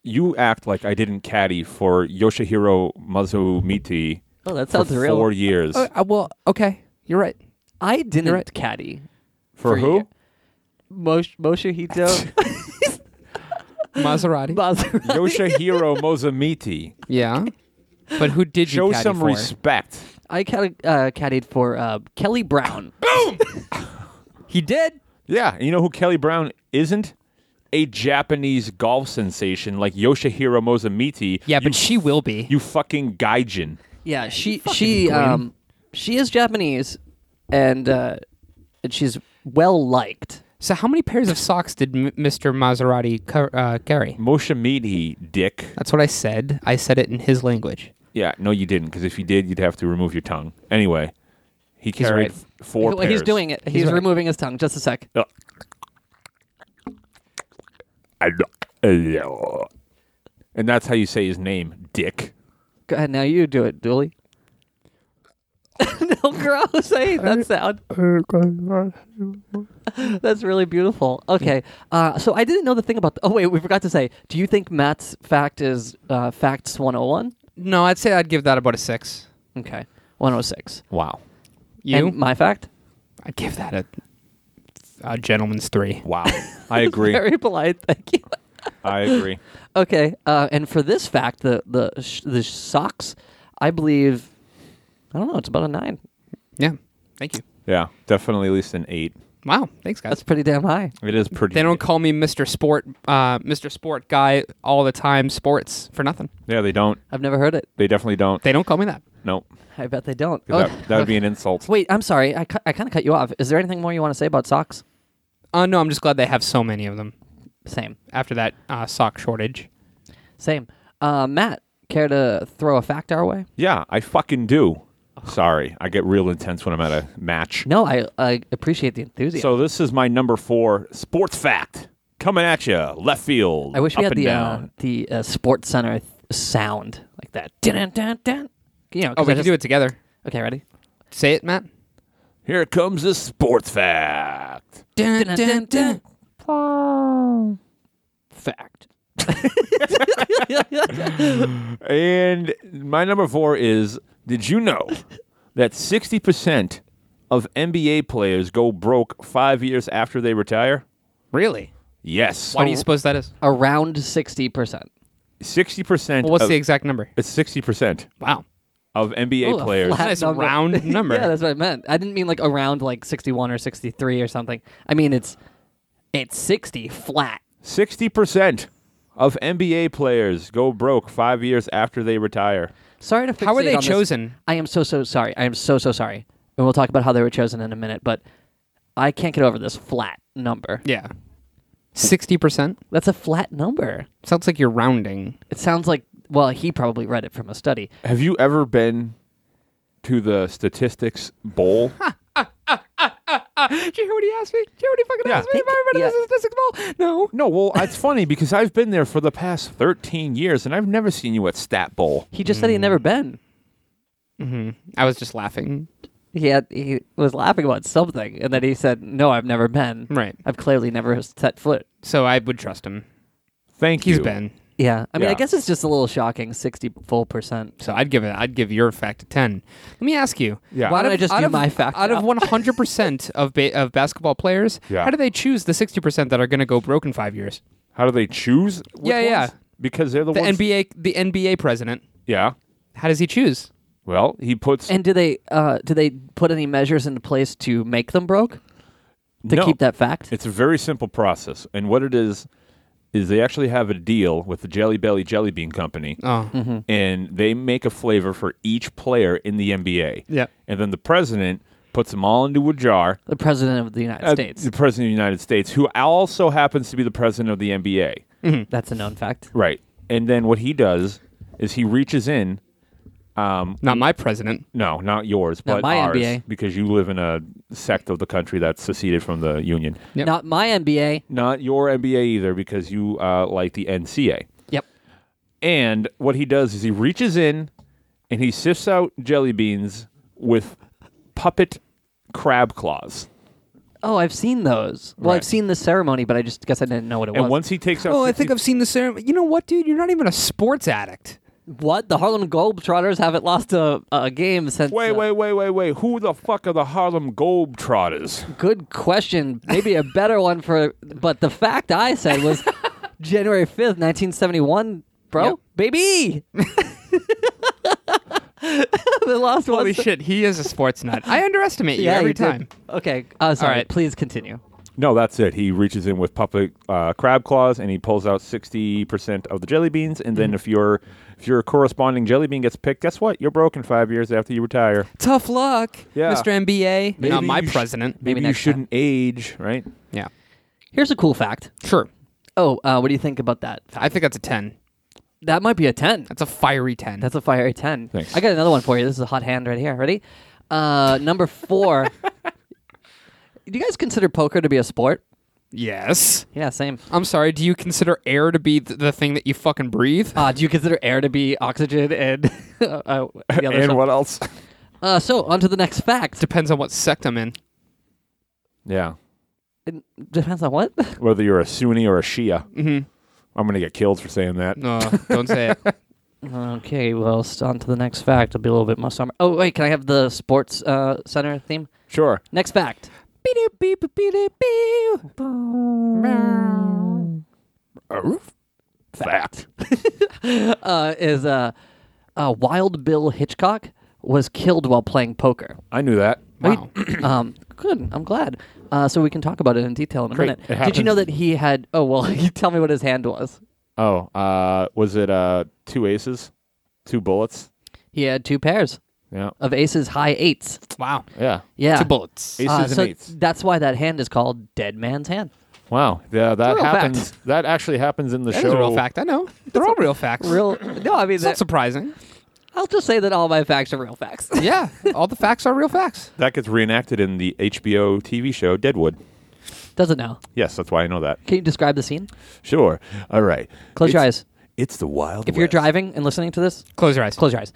Speaker 1: You act like I didn't caddy for Yoshihiro Mazumiti
Speaker 2: Oh, that
Speaker 1: for
Speaker 2: sounds real.
Speaker 1: four years.
Speaker 3: Uh, well, okay, you're right.
Speaker 2: I didn't
Speaker 3: right.
Speaker 2: caddy.
Speaker 1: for
Speaker 2: for
Speaker 1: who?
Speaker 2: you. Moshe Hito
Speaker 3: Maserati.
Speaker 2: Maserati.
Speaker 1: Yoshihiro Mazumiti.
Speaker 3: yeah. But who did you
Speaker 1: Show
Speaker 3: caddy
Speaker 1: some
Speaker 3: for?
Speaker 1: respect.
Speaker 2: I cad- uh, caddied for uh, Kelly Brown.
Speaker 3: He did.
Speaker 1: Yeah, and you know who Kelly Brown isn't? A Japanese golf sensation like Yoshihiro Mozumiti.
Speaker 3: Yeah,
Speaker 1: you,
Speaker 3: but she will be.
Speaker 1: you fucking gaijin.
Speaker 2: Yeah, she she um she is Japanese, and uh, and she's well liked.
Speaker 3: so how many pairs of socks did M- Mr. Maserati car- uh, carry?
Speaker 1: Mozumiti, dick.
Speaker 3: That's what I said. I said it in his language.
Speaker 1: Yeah, no, you didn't, because if you did, you'd have to remove your tongue. Anyway, he carried
Speaker 3: right.
Speaker 1: f- four
Speaker 2: Well, He's
Speaker 1: pairs.
Speaker 2: doing it. He's,
Speaker 3: right.
Speaker 2: removing his tongue. Just a sec.
Speaker 1: Ugh. I know. And that's how you say his name, Dick.
Speaker 2: Go ahead. Now you do it, Dooley. no, gross. I hate that sound. That's really beautiful. Okay. Uh, so I didn't know the thing about. oh, wait. We forgot to say. Do you think Matt's fact is uh, Facts 101?
Speaker 3: No, I'd say I'd give that about a six.
Speaker 2: Okay. 106.
Speaker 1: Wow.
Speaker 3: You?
Speaker 2: And my fact?
Speaker 3: I'd give that a, a gentleman's three.
Speaker 1: Wow. I agree.
Speaker 2: Very polite. Thank you.
Speaker 1: I agree.
Speaker 2: Okay, uh, and for this fact, the the sh- the socks, I believe, I don't know, it's about a nine.
Speaker 3: Yeah. Thank you.
Speaker 1: Yeah, definitely at least an eight.
Speaker 3: Wow. Thanks, guys.
Speaker 2: That's pretty damn high.
Speaker 1: It is pretty.
Speaker 3: They don't call me Mr. Sport, uh, Mr. Sport guy all the time. Sports for nothing.
Speaker 1: yeah, they don't.
Speaker 2: I've never heard it.
Speaker 1: They definitely don't.
Speaker 3: They don't call me that.
Speaker 1: Nope.
Speaker 2: I bet they don't.
Speaker 1: 'Cause
Speaker 2: Oh,
Speaker 1: That, that would be an insult.
Speaker 2: wait, I'm sorry. I, cu- I kind of cut you off. Is there anything more you want to say about socks?
Speaker 3: Uh, no, I'm just glad they have so many of them
Speaker 2: Same,
Speaker 3: after that uh, sock shortage.
Speaker 2: same. Uh, Matt, care to throw a fact our way?
Speaker 1: Yeah, I fucking do. Sorry, I get real intense when I'm at a match.
Speaker 2: No, I I appreciate the enthusiasm.
Speaker 1: So this is my number four sports fact coming at you left field.
Speaker 2: I wish we
Speaker 1: up
Speaker 2: had
Speaker 1: and
Speaker 2: the
Speaker 1: down.
Speaker 2: uh, the uh, Sports Center th- sound like that. Dun dun dun. You know,
Speaker 3: Oh, we can do it together.
Speaker 2: Okay, ready?
Speaker 3: Say it, Matt.
Speaker 1: Here comes the sports fact.
Speaker 3: Dun,
Speaker 2: Dun, dun, dun. Fact.
Speaker 1: And my number four is: Did you know that sixty percent of NBA players go broke five years after they retire?
Speaker 3: Really?
Speaker 1: Yes.
Speaker 3: Why do you suppose that is?
Speaker 2: Around sixty percent.
Speaker 1: Sixty percent.
Speaker 3: Well, what's
Speaker 1: of,
Speaker 3: the exact number?
Speaker 1: It's sixty percent
Speaker 3: Wow.
Speaker 1: of NBA
Speaker 2: Ooh, a
Speaker 1: players.
Speaker 2: flat
Speaker 3: That's a round number.
Speaker 2: yeah, that's what I meant. I didn't mean like around like 61 or 63 or something. I mean it's it's 60 flat.
Speaker 1: Sixty percent of NBA players go broke five years after they retire.
Speaker 2: Sorry to fixate
Speaker 3: How were they
Speaker 2: on this.
Speaker 3: chosen?
Speaker 2: I am so so sorry. I am so so sorry. And we'll talk about how they were chosen in a minute, but I can't get over this flat number.
Speaker 3: Yeah. 60%?
Speaker 2: That's a flat number.
Speaker 3: Sounds like you're rounding.
Speaker 2: It sounds like well, he probably read it from a study.
Speaker 1: Have you ever been to the statistics bowl?
Speaker 3: Did you hear what he asked me? Did you hear what he fucking
Speaker 1: Yeah.
Speaker 3: asked me? If I
Speaker 2: Yeah.
Speaker 3: remember this is Bowl? No.
Speaker 1: no, well, it's funny because I've been there for the past 13 years and I've never seen you at Stat Bowl.
Speaker 2: He just said he'd
Speaker 3: Hmm.
Speaker 2: never been.
Speaker 3: I was just laughing.
Speaker 2: He had he was laughing about something and then he said, "No, I've never been."
Speaker 3: Right.
Speaker 2: I've clearly never set foot
Speaker 3: So I would trust him.
Speaker 1: Thank
Speaker 3: He's
Speaker 1: you.
Speaker 3: been.
Speaker 2: Yeah, I mean,
Speaker 1: Yeah.
Speaker 2: I guess it's just a little shocking. Sixty full percent.
Speaker 3: So I'd give it. I'd give your fact a ten. Let me ask you.
Speaker 1: Yeah.
Speaker 2: Why
Speaker 3: out
Speaker 2: don't
Speaker 3: of-
Speaker 2: I just
Speaker 3: out
Speaker 2: do
Speaker 3: of-
Speaker 2: my fact?
Speaker 3: Out of
Speaker 2: now?
Speaker 3: one hundred percent of ba- of basketball players,
Speaker 1: Yeah.
Speaker 3: how do they choose the sixty percent that are going to go broke in five years?
Speaker 1: How do they choose? which
Speaker 3: Yeah, yeah.
Speaker 1: ones? Because they're the,
Speaker 3: The
Speaker 1: ones.
Speaker 3: NBA, the NBA president.
Speaker 1: yeah.
Speaker 3: How does he choose?
Speaker 1: Well, he puts
Speaker 2: and do they uh, do they put any measures into place to make them broke to
Speaker 1: No.
Speaker 2: keep that fact?
Speaker 1: It's a very simple process, and what it is is they actually have a deal with the Jelly Belly Jelly Bean Company,
Speaker 3: Oh,
Speaker 2: Hmm.
Speaker 1: and they make a flavor for each player in the NBA.
Speaker 3: Yeah.
Speaker 1: and then the president puts them all into a jar.
Speaker 2: the president of the United
Speaker 1: Uh,
Speaker 2: States.
Speaker 1: the president of the United States, who also happens to be the president of the NBA,
Speaker 2: That's a known fact.
Speaker 1: right? And then what he does is he reaches in. Um,
Speaker 3: Not my president.
Speaker 1: no, not yours, but
Speaker 2: Not my
Speaker 1: ours,
Speaker 2: NBA.
Speaker 1: because you live in a sect of the country that's seceded from the union.
Speaker 3: Yep.
Speaker 2: Not my NBA.
Speaker 1: Not your NBA either, because you uh, like the NCA.
Speaker 2: Yep.
Speaker 1: And what he does is he reaches in and he sifts out jelly beans with puppet crab claws.
Speaker 2: Oh, I've seen those. Well,
Speaker 1: Right.
Speaker 2: I've seen the ceremony, but I just guess I didn't know what it
Speaker 1: And
Speaker 2: was.
Speaker 1: once he takes out,
Speaker 3: Oh, I
Speaker 1: 50
Speaker 3: think I've seen the ceremony. You know what, dude? You're not even a sports addict.
Speaker 2: what? The Harlem Globetrotters haven't lost a, a game since.
Speaker 1: Wait,
Speaker 2: uh,
Speaker 1: wait, wait, wait, wait. Who the fuck are the Harlem Globetrotters?
Speaker 2: Good question. Maybe a better one for. But the fact I said was January 5th, 1971, bro.
Speaker 3: Yep.
Speaker 2: Baby! the last one.
Speaker 3: Holy shit, he is a sports nut. I underestimate you
Speaker 2: Yeah,
Speaker 3: every
Speaker 2: you did.
Speaker 3: time.
Speaker 2: Okay. Uh, sorry.
Speaker 3: right.
Speaker 2: Please continue.
Speaker 1: No, that's it. He reaches in with puppet uh, crab claws and he pulls out sixty percent of the jelly beans. And then if your if your corresponding jelly bean gets picked, guess what? You're broken five years after you retire.
Speaker 3: Tough luck,
Speaker 1: Yeah.
Speaker 3: Mr. MBA. Not my
Speaker 1: you sh-
Speaker 3: president.
Speaker 1: maybe
Speaker 2: Maybe
Speaker 1: you
Speaker 2: next time.
Speaker 1: shouldn't age, right?
Speaker 3: Yeah.
Speaker 2: Here's a cool fact.
Speaker 3: Sure.
Speaker 2: Oh, uh, what do you think about that?
Speaker 3: I think that's a 10.
Speaker 2: That might be a 10.
Speaker 3: That's a fiery 10.
Speaker 2: That's a fiery 10.
Speaker 1: Thanks.
Speaker 2: I got another one for you. This is a hot hand right here. Ready? Uh, number four. do you guys consider poker to be a sport?
Speaker 3: yes.
Speaker 2: Yeah, same.
Speaker 3: I'm sorry, do you consider air to be th- the thing that you fucking breathe?
Speaker 2: Uh, do you consider air to be oxygen and uh, uh, the other
Speaker 1: and
Speaker 2: stuff?
Speaker 1: what else?
Speaker 2: Uh, so, on to the next fact.
Speaker 3: Depends on what sect I'm in.
Speaker 1: yeah,
Speaker 2: Dep- Depends on what?
Speaker 1: whether you're a Sunni or a Shia. Mm-hmm. I'm gonna get killed for saying that.
Speaker 3: No, don't say it.
Speaker 2: okay, well, s- on to the next fact. It'll be a little bit more summer. Oh, wait, can I have the sports uh, center theme?
Speaker 1: Sure.
Speaker 2: Next fact.
Speaker 1: Fact.
Speaker 2: Uh, is uh, uh, Wild Bill Hitchcock was killed while playing poker.
Speaker 1: I knew that.
Speaker 3: Wow.
Speaker 2: um, good. I'm glad. Uh, so we can talk about it in detail in a
Speaker 1: Great. It
Speaker 2: minute. Did you know that he had? Oh well, you tell me what his hand was.
Speaker 1: Oh, uh, was it uh, two aces, two bullets?
Speaker 2: He had two pairs
Speaker 1: Yeah.
Speaker 2: of aces, high eights.
Speaker 3: Wow.
Speaker 1: Yeah.
Speaker 2: Yeah,
Speaker 3: Two bullets.
Speaker 1: Aces
Speaker 2: Uh,
Speaker 1: and
Speaker 2: so
Speaker 1: eights.
Speaker 2: that's why that hand is called Dead Man's Hand.
Speaker 1: Wow. Yeah, that
Speaker 2: real
Speaker 1: happens. That actually happens in the
Speaker 3: That
Speaker 1: show.
Speaker 3: is a real fact. I know. They're all real facts.
Speaker 2: Real? No, I mean,
Speaker 3: It's not
Speaker 2: that,
Speaker 3: surprising.
Speaker 2: I'll just say that all my facts are real facts.
Speaker 3: Yeah. All the facts are real facts.
Speaker 1: That gets reenacted in the HBO TV show Deadwood.
Speaker 2: Doesn't know.
Speaker 1: Yes, that's why I know that.
Speaker 2: Can you describe the scene?
Speaker 1: Sure. All right.
Speaker 2: Close your
Speaker 1: It's-
Speaker 2: eyes.
Speaker 1: It's the Wild
Speaker 2: If you're
Speaker 1: West.
Speaker 2: driving and listening to this,
Speaker 3: Close your eyes.
Speaker 2: close your eyes.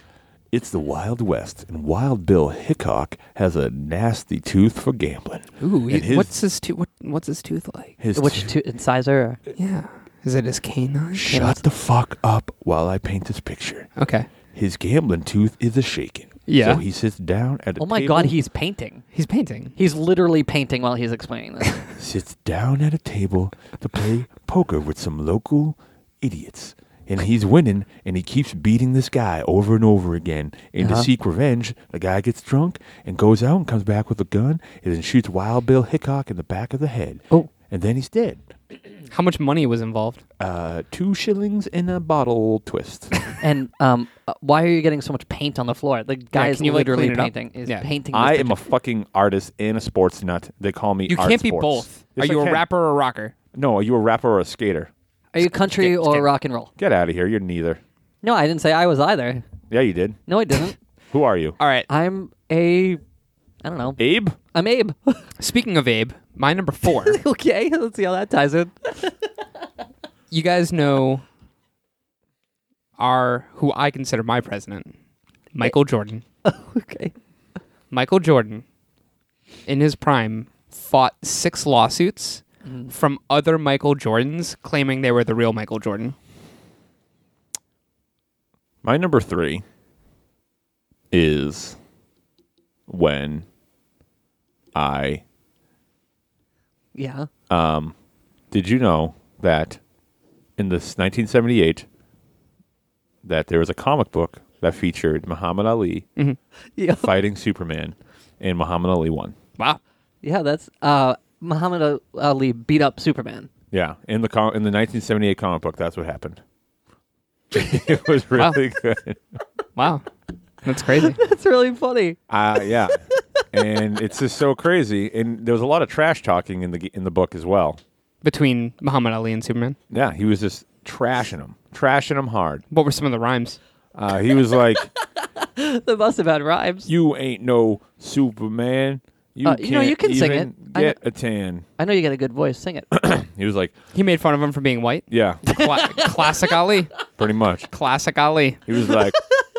Speaker 1: It's the Wild West, and Wild Bill Hickok has a nasty tooth for gambling.
Speaker 3: Ooh,
Speaker 1: And his-
Speaker 3: what's his tooth? What, what's his tooth like?
Speaker 1: His
Speaker 2: Which
Speaker 1: tooth-
Speaker 2: two incisor? Or,
Speaker 3: Yeah. Is it his canine?
Speaker 1: Shut the fuck up while I paint this picture.
Speaker 3: Okay.
Speaker 1: His gambling tooth is a shaking.
Speaker 3: Yeah.
Speaker 1: So he sits down at a
Speaker 2: oh my
Speaker 1: table.
Speaker 2: God, he's painting.
Speaker 3: He's painting.
Speaker 2: He's literally painting while he's explaining this.
Speaker 1: sits down at a table to play poker with some local idiots. And he's winning, and he keeps beating this guy over and over again. And
Speaker 3: Uh-huh.
Speaker 1: to seek revenge, the guy gets drunk and goes out and comes back with a gun and then shoots Wild Bill Hickok in the back of the head.
Speaker 2: Oh.
Speaker 1: And then he's dead.
Speaker 3: How much money was involved?
Speaker 1: Uh, two shillings in a bottle twist.
Speaker 2: And um, uh, why are you getting so much paint on the floor? The guy
Speaker 3: Yeah,
Speaker 2: is
Speaker 3: can you, like,
Speaker 2: literally
Speaker 3: clean it up?
Speaker 2: painting. Is
Speaker 3: Yeah.
Speaker 2: painting.
Speaker 1: I
Speaker 2: this
Speaker 1: am a fucking artist and a sports nut. They call me
Speaker 3: You
Speaker 1: art
Speaker 3: can't be
Speaker 1: sports.
Speaker 3: both.
Speaker 1: Yes,
Speaker 3: are you
Speaker 1: I
Speaker 3: a
Speaker 1: can.
Speaker 3: rapper or a rocker?
Speaker 1: No, are you a rapper or a skater?
Speaker 2: picture. are you country
Speaker 3: skip,
Speaker 2: or
Speaker 3: skip.
Speaker 2: rock and roll?
Speaker 1: Get out of here. You're neither.
Speaker 2: No, I didn't say I was either.
Speaker 1: Yeah, you did.
Speaker 2: No, I didn't.
Speaker 1: Who are you?
Speaker 3: All right.
Speaker 2: I'm a. I don't know.
Speaker 1: Abe?
Speaker 2: I'm Abe.
Speaker 3: Speaking of Abe, my number four.
Speaker 2: okay, let's see how that ties in.
Speaker 3: you guys know are who I consider my president, Michael Jordan.
Speaker 2: okay.
Speaker 3: Michael Jordan, in his prime, fought six lawsuits from other Michael Jordans claiming they were the real Michael Jordan.
Speaker 1: My number three is when I
Speaker 2: Yeah.
Speaker 1: did you know that in this 1978 that there was a comic book that featured Muhammad Ali
Speaker 2: Yeah.
Speaker 1: fighting Superman, and Muhammad Ali won.
Speaker 3: Wow.
Speaker 2: Yeah. That's uh, Muhammad Ali beat up Superman.
Speaker 1: Yeah, in the com- in the 1978 comic book, that's what happened. it was really good.
Speaker 3: Wow. That's crazy.
Speaker 2: That's really funny.
Speaker 1: Uh, yeah, and it's just so crazy. And there was a lot of trash talking in the g- in the book as well.
Speaker 3: Between Muhammad Ali and Superman.
Speaker 1: Yeah, he was just trashing him, trashing him hard.
Speaker 3: What were some of the rhymes?
Speaker 1: Uh, he was like,
Speaker 2: They must have had rhymes.
Speaker 1: "You ain't no Superman. You
Speaker 2: Uh,
Speaker 1: can't
Speaker 2: you know, you can sing
Speaker 1: even
Speaker 2: it. I
Speaker 1: Get a tan."
Speaker 2: I know you got a good voice. Sing it.
Speaker 1: He was like,
Speaker 3: He made fun of him for being white.
Speaker 1: "Yeah,
Speaker 3: Cla- classic Ali.
Speaker 1: pretty much."
Speaker 3: Classic Ali.
Speaker 1: He was like,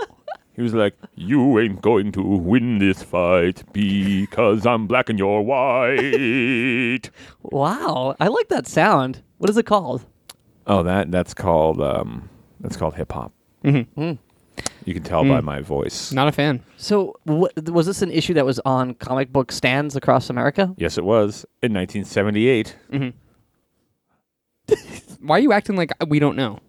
Speaker 1: he was like, you ain't going to win this fight because I'm black and you're white.
Speaker 2: wow, I like that sound. What is it called?
Speaker 1: oh, that that's called um, that's called hip hop.
Speaker 2: Hmm.
Speaker 1: You can tell by my voice.
Speaker 3: Not a fan.
Speaker 2: So, wh- was this an issue that was on comic book stands across America?
Speaker 1: Yes, it was in 1978.
Speaker 3: Why are you acting like we don't know?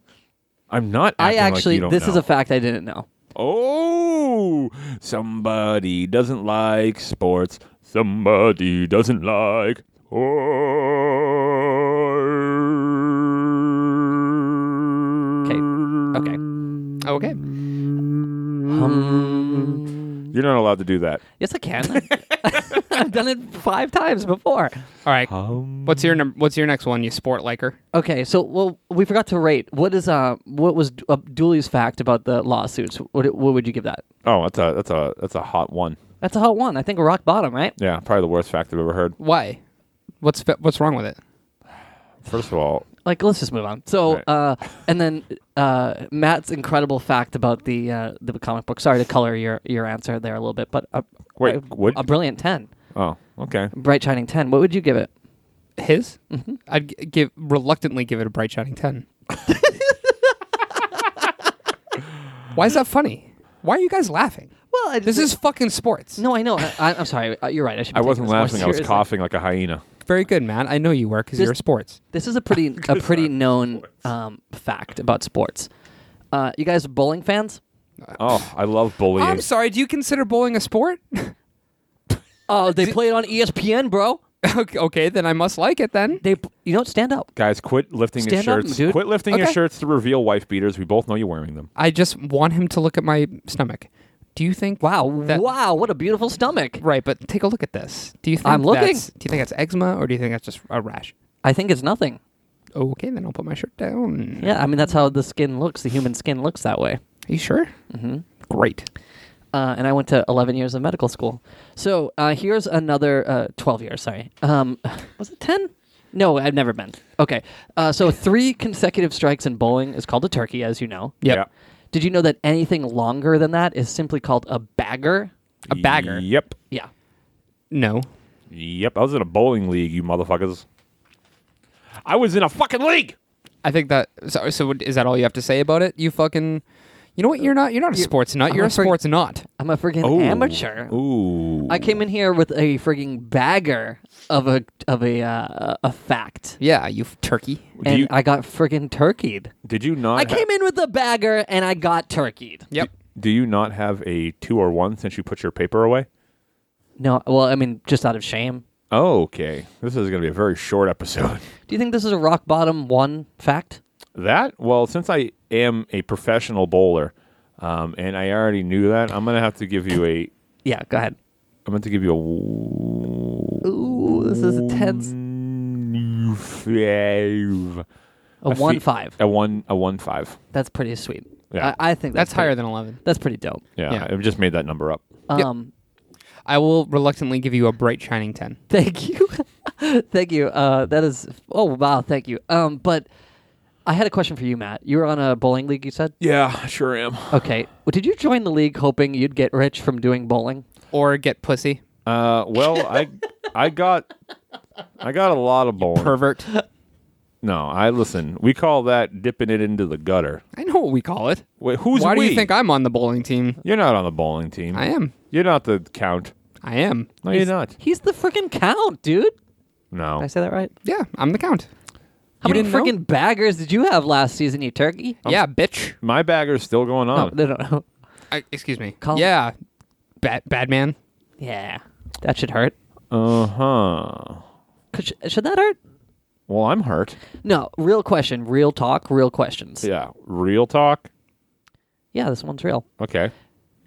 Speaker 1: I'm not.
Speaker 2: I
Speaker 1: Acting like
Speaker 2: actually,
Speaker 1: you don't
Speaker 2: this is
Speaker 1: know.
Speaker 2: a fact I didn't know.
Speaker 1: Oh, somebody doesn't like sports. Somebody doesn't like Okay.
Speaker 2: Okay.
Speaker 3: Okay.
Speaker 1: You're not allowed to do that.
Speaker 2: Yes, I can. I've done it five times before.
Speaker 3: All right. What's
Speaker 2: Um,
Speaker 3: your num- What's your next one? You sport liker.
Speaker 2: Okay, so well, we forgot to rate. What is uh, what was uh, Dooley's fact about the lawsuits? What, what would you give that?
Speaker 1: Oh, that's a that's a that's a hot one.
Speaker 2: That's a hot one. I think rock bottom, right?
Speaker 1: Yeah, probably the worst fact I've ever heard.
Speaker 3: Why? What's fe- What's wrong with it?
Speaker 1: First of all,
Speaker 2: Like, let's just move on. So,
Speaker 1: Right.
Speaker 2: uh, and then uh, Matt's incredible fact about the uh, the comic book. Sorry to color your your answer there a little bit, but a,
Speaker 1: Wait,
Speaker 2: a,
Speaker 1: what?
Speaker 2: a brilliant ten,
Speaker 1: oh, okay.
Speaker 2: bright shining ten. What would you give it?
Speaker 3: His?
Speaker 2: Mm-hmm.
Speaker 3: I'd g- give reluctantly give it a bright shining ten. Why is that funny? Why are you guys laughing?
Speaker 2: Well, I
Speaker 3: This is fucking sports.
Speaker 2: no, I know. I, I- I'm sorry. Uh, You're right. I should. be
Speaker 1: I
Speaker 2: taking
Speaker 1: wasn't
Speaker 2: this more
Speaker 1: laughing. I was
Speaker 2: seriously.
Speaker 1: coughing like a hyena.
Speaker 3: Very good, man. I know you were because
Speaker 2: This-
Speaker 3: you're sports.
Speaker 2: This is a pretty a pretty known um, fact about sports. Uh, you guys are bowling fans?
Speaker 1: Oh, I love bullying.
Speaker 3: I'm sorry. Do you consider bowling a sport?
Speaker 2: Oh, they play it on ESPN, bro.
Speaker 3: okay, okay, then I must like it then.
Speaker 2: They you don't stand up.
Speaker 1: Guys, quit lifting your
Speaker 2: Stand up,
Speaker 1: shirts.
Speaker 2: dude.
Speaker 1: quit lifting your
Speaker 3: Okay.
Speaker 1: shirts to reveal wife beaters. We both know you're wearing them.
Speaker 3: I just want him to look at my stomach. Do you think?
Speaker 2: Wow,
Speaker 3: that-
Speaker 2: wow, what a beautiful stomach.
Speaker 3: Right, but take a look at this. Do you think
Speaker 2: I'm looking.
Speaker 3: that's- do you think that's eczema or do you think that's just a rash?
Speaker 2: I think it's nothing.
Speaker 3: Okay, then I'll put my shirt down.
Speaker 2: Yeah, I mean that's how the skin looks. The human skin looks that way.
Speaker 3: Are you sure? Mm-hmm. Great.
Speaker 2: Uh, and I went to 11 years of medical school. So uh, here's another uh, 12 years. Sorry, um, was it 10? No, I've never been. Okay, uh, so three consecutive strikes in bowling is called a turkey, as you know.
Speaker 3: Yep.
Speaker 1: Yeah.
Speaker 2: Did you know that anything longer than that is simply called a bagger?
Speaker 3: A bagger.
Speaker 1: Yep.
Speaker 2: Yeah.
Speaker 3: No.
Speaker 1: Yep. I was in a bowling league, you motherfuckers. I was in a fucking league.
Speaker 3: I think that. So, so what- is that all you have to say about it? You fucking. You know what? You're not. You're not a sports nut. You're a
Speaker 2: a freak-
Speaker 3: sports nut.
Speaker 2: I'm a friggin' amateur.
Speaker 1: Oh. Ooh.
Speaker 2: I came in here with a friggin' bagger of a of a uh, a fact,
Speaker 3: Yeah, you f- turkey.
Speaker 1: Do
Speaker 2: and
Speaker 1: you-
Speaker 2: I got friggin' turkeyed.
Speaker 1: did you not?
Speaker 2: I
Speaker 1: ha-
Speaker 2: came in with a bagger and I got turkeyed.
Speaker 3: Yep.
Speaker 1: do you not have a two or one since you put your paper away?
Speaker 2: No, well, I mean, just out of shame.
Speaker 1: Okay. This is going to be a very short episode.
Speaker 2: Do you think this is a rock bottom one fact?
Speaker 1: That well, since I am a professional bowler, um, and I already knew that, I'm going to have to give you a.
Speaker 2: Yeah, go ahead.
Speaker 1: I'm going to give you a.
Speaker 2: Ooh, this is a tense.
Speaker 1: Five.
Speaker 2: A
Speaker 1: fe-
Speaker 2: one five.
Speaker 1: A one. A one five.
Speaker 2: That's pretty sweet.
Speaker 1: Yeah.
Speaker 2: I, I think
Speaker 3: That's
Speaker 2: that's,
Speaker 3: higher
Speaker 2: pretty-
Speaker 3: than eleven.
Speaker 2: That's pretty dope.
Speaker 1: Yeah,
Speaker 3: Yeah.
Speaker 1: I just made that number up.
Speaker 3: Yep.
Speaker 2: Um,
Speaker 3: I will reluctantly give you a bright shining ten.
Speaker 2: Thank you. thank you. Uh, that is oh wow, thank you. Um, but I had a question for you, Matt. You were on a bowling league, you said?
Speaker 1: Yeah, I sure am.
Speaker 2: Okay. Well, did you join the league hoping you'd get rich from doing bowling?
Speaker 3: Or get pussy,
Speaker 1: Uh, well, I I got I got a lot of bowling.
Speaker 3: pervert.
Speaker 1: no, I listen. We call that dipping it into the gutter.
Speaker 3: I know what we call it.
Speaker 1: Wait, who's
Speaker 3: Why
Speaker 1: we?
Speaker 3: do you think I'm on the bowling team?
Speaker 1: You're not on the bowling team.
Speaker 3: I am.
Speaker 1: You're not the count.
Speaker 3: I am.
Speaker 1: No, you're not.
Speaker 2: He's the freaking count, dude. Did
Speaker 1: No.
Speaker 2: I say that right?
Speaker 3: Yeah, I'm the count.
Speaker 2: How
Speaker 3: You
Speaker 2: many
Speaker 3: didn't know?
Speaker 2: freaking baggers did you have last season, you turkey?
Speaker 3: Yeah, bitch.
Speaker 1: My bagger's still going
Speaker 2: No,
Speaker 1: on.
Speaker 2: no, no, no.
Speaker 3: I, excuse me.
Speaker 2: Call-
Speaker 3: yeah, bad bad man.
Speaker 2: Yeah. That should hurt.
Speaker 1: Uh huh.
Speaker 2: Could sh- should that hurt?
Speaker 1: Well, I'm hurt.
Speaker 2: No, real question, real talk, real questions.
Speaker 1: Yeah. Real talk.
Speaker 2: yeah, this one's real.
Speaker 1: Okay.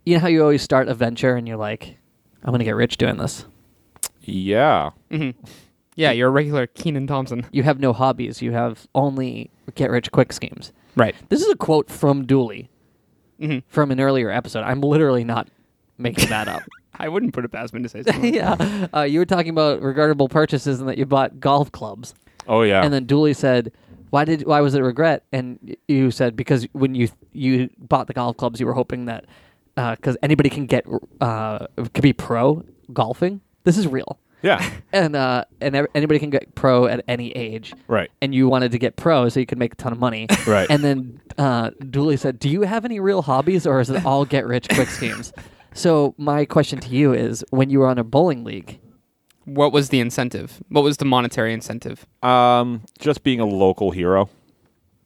Speaker 2: You know how you always start a venture and you're like, I'm going to get rich doing this.
Speaker 1: Yeah.
Speaker 3: Yeah, you're a regular Keenan Thompson.
Speaker 2: You have no hobbies. You have only get rich quick schemes.
Speaker 3: Right.
Speaker 2: This is a quote from Dooley. from an earlier episode. I'm literally not making that up.
Speaker 3: I wouldn't put it past me to say something.
Speaker 2: yeah. Uh, you were talking about regrettable purchases and that you bought golf clubs.
Speaker 1: Oh yeah.
Speaker 2: And then Dooley said, "Why did? Why was it a regret?" And y- you said, "Because when you you bought the golf clubs, you were hoping that because anybody can get uh, can be pro golfing. This is real,
Speaker 1: yeah.
Speaker 2: and uh, and ev- anybody can get pro at any age,
Speaker 1: Right.
Speaker 2: And you wanted to get pro so you could make a ton of money,
Speaker 1: Right.
Speaker 2: And then uh, Dooley said, "Do you have any real hobbies, or is it all get rich quick schemes?" So my question to you is: When you were on a bowling league,
Speaker 3: What was the incentive? What was the monetary incentive?
Speaker 1: Um, just being a local hero.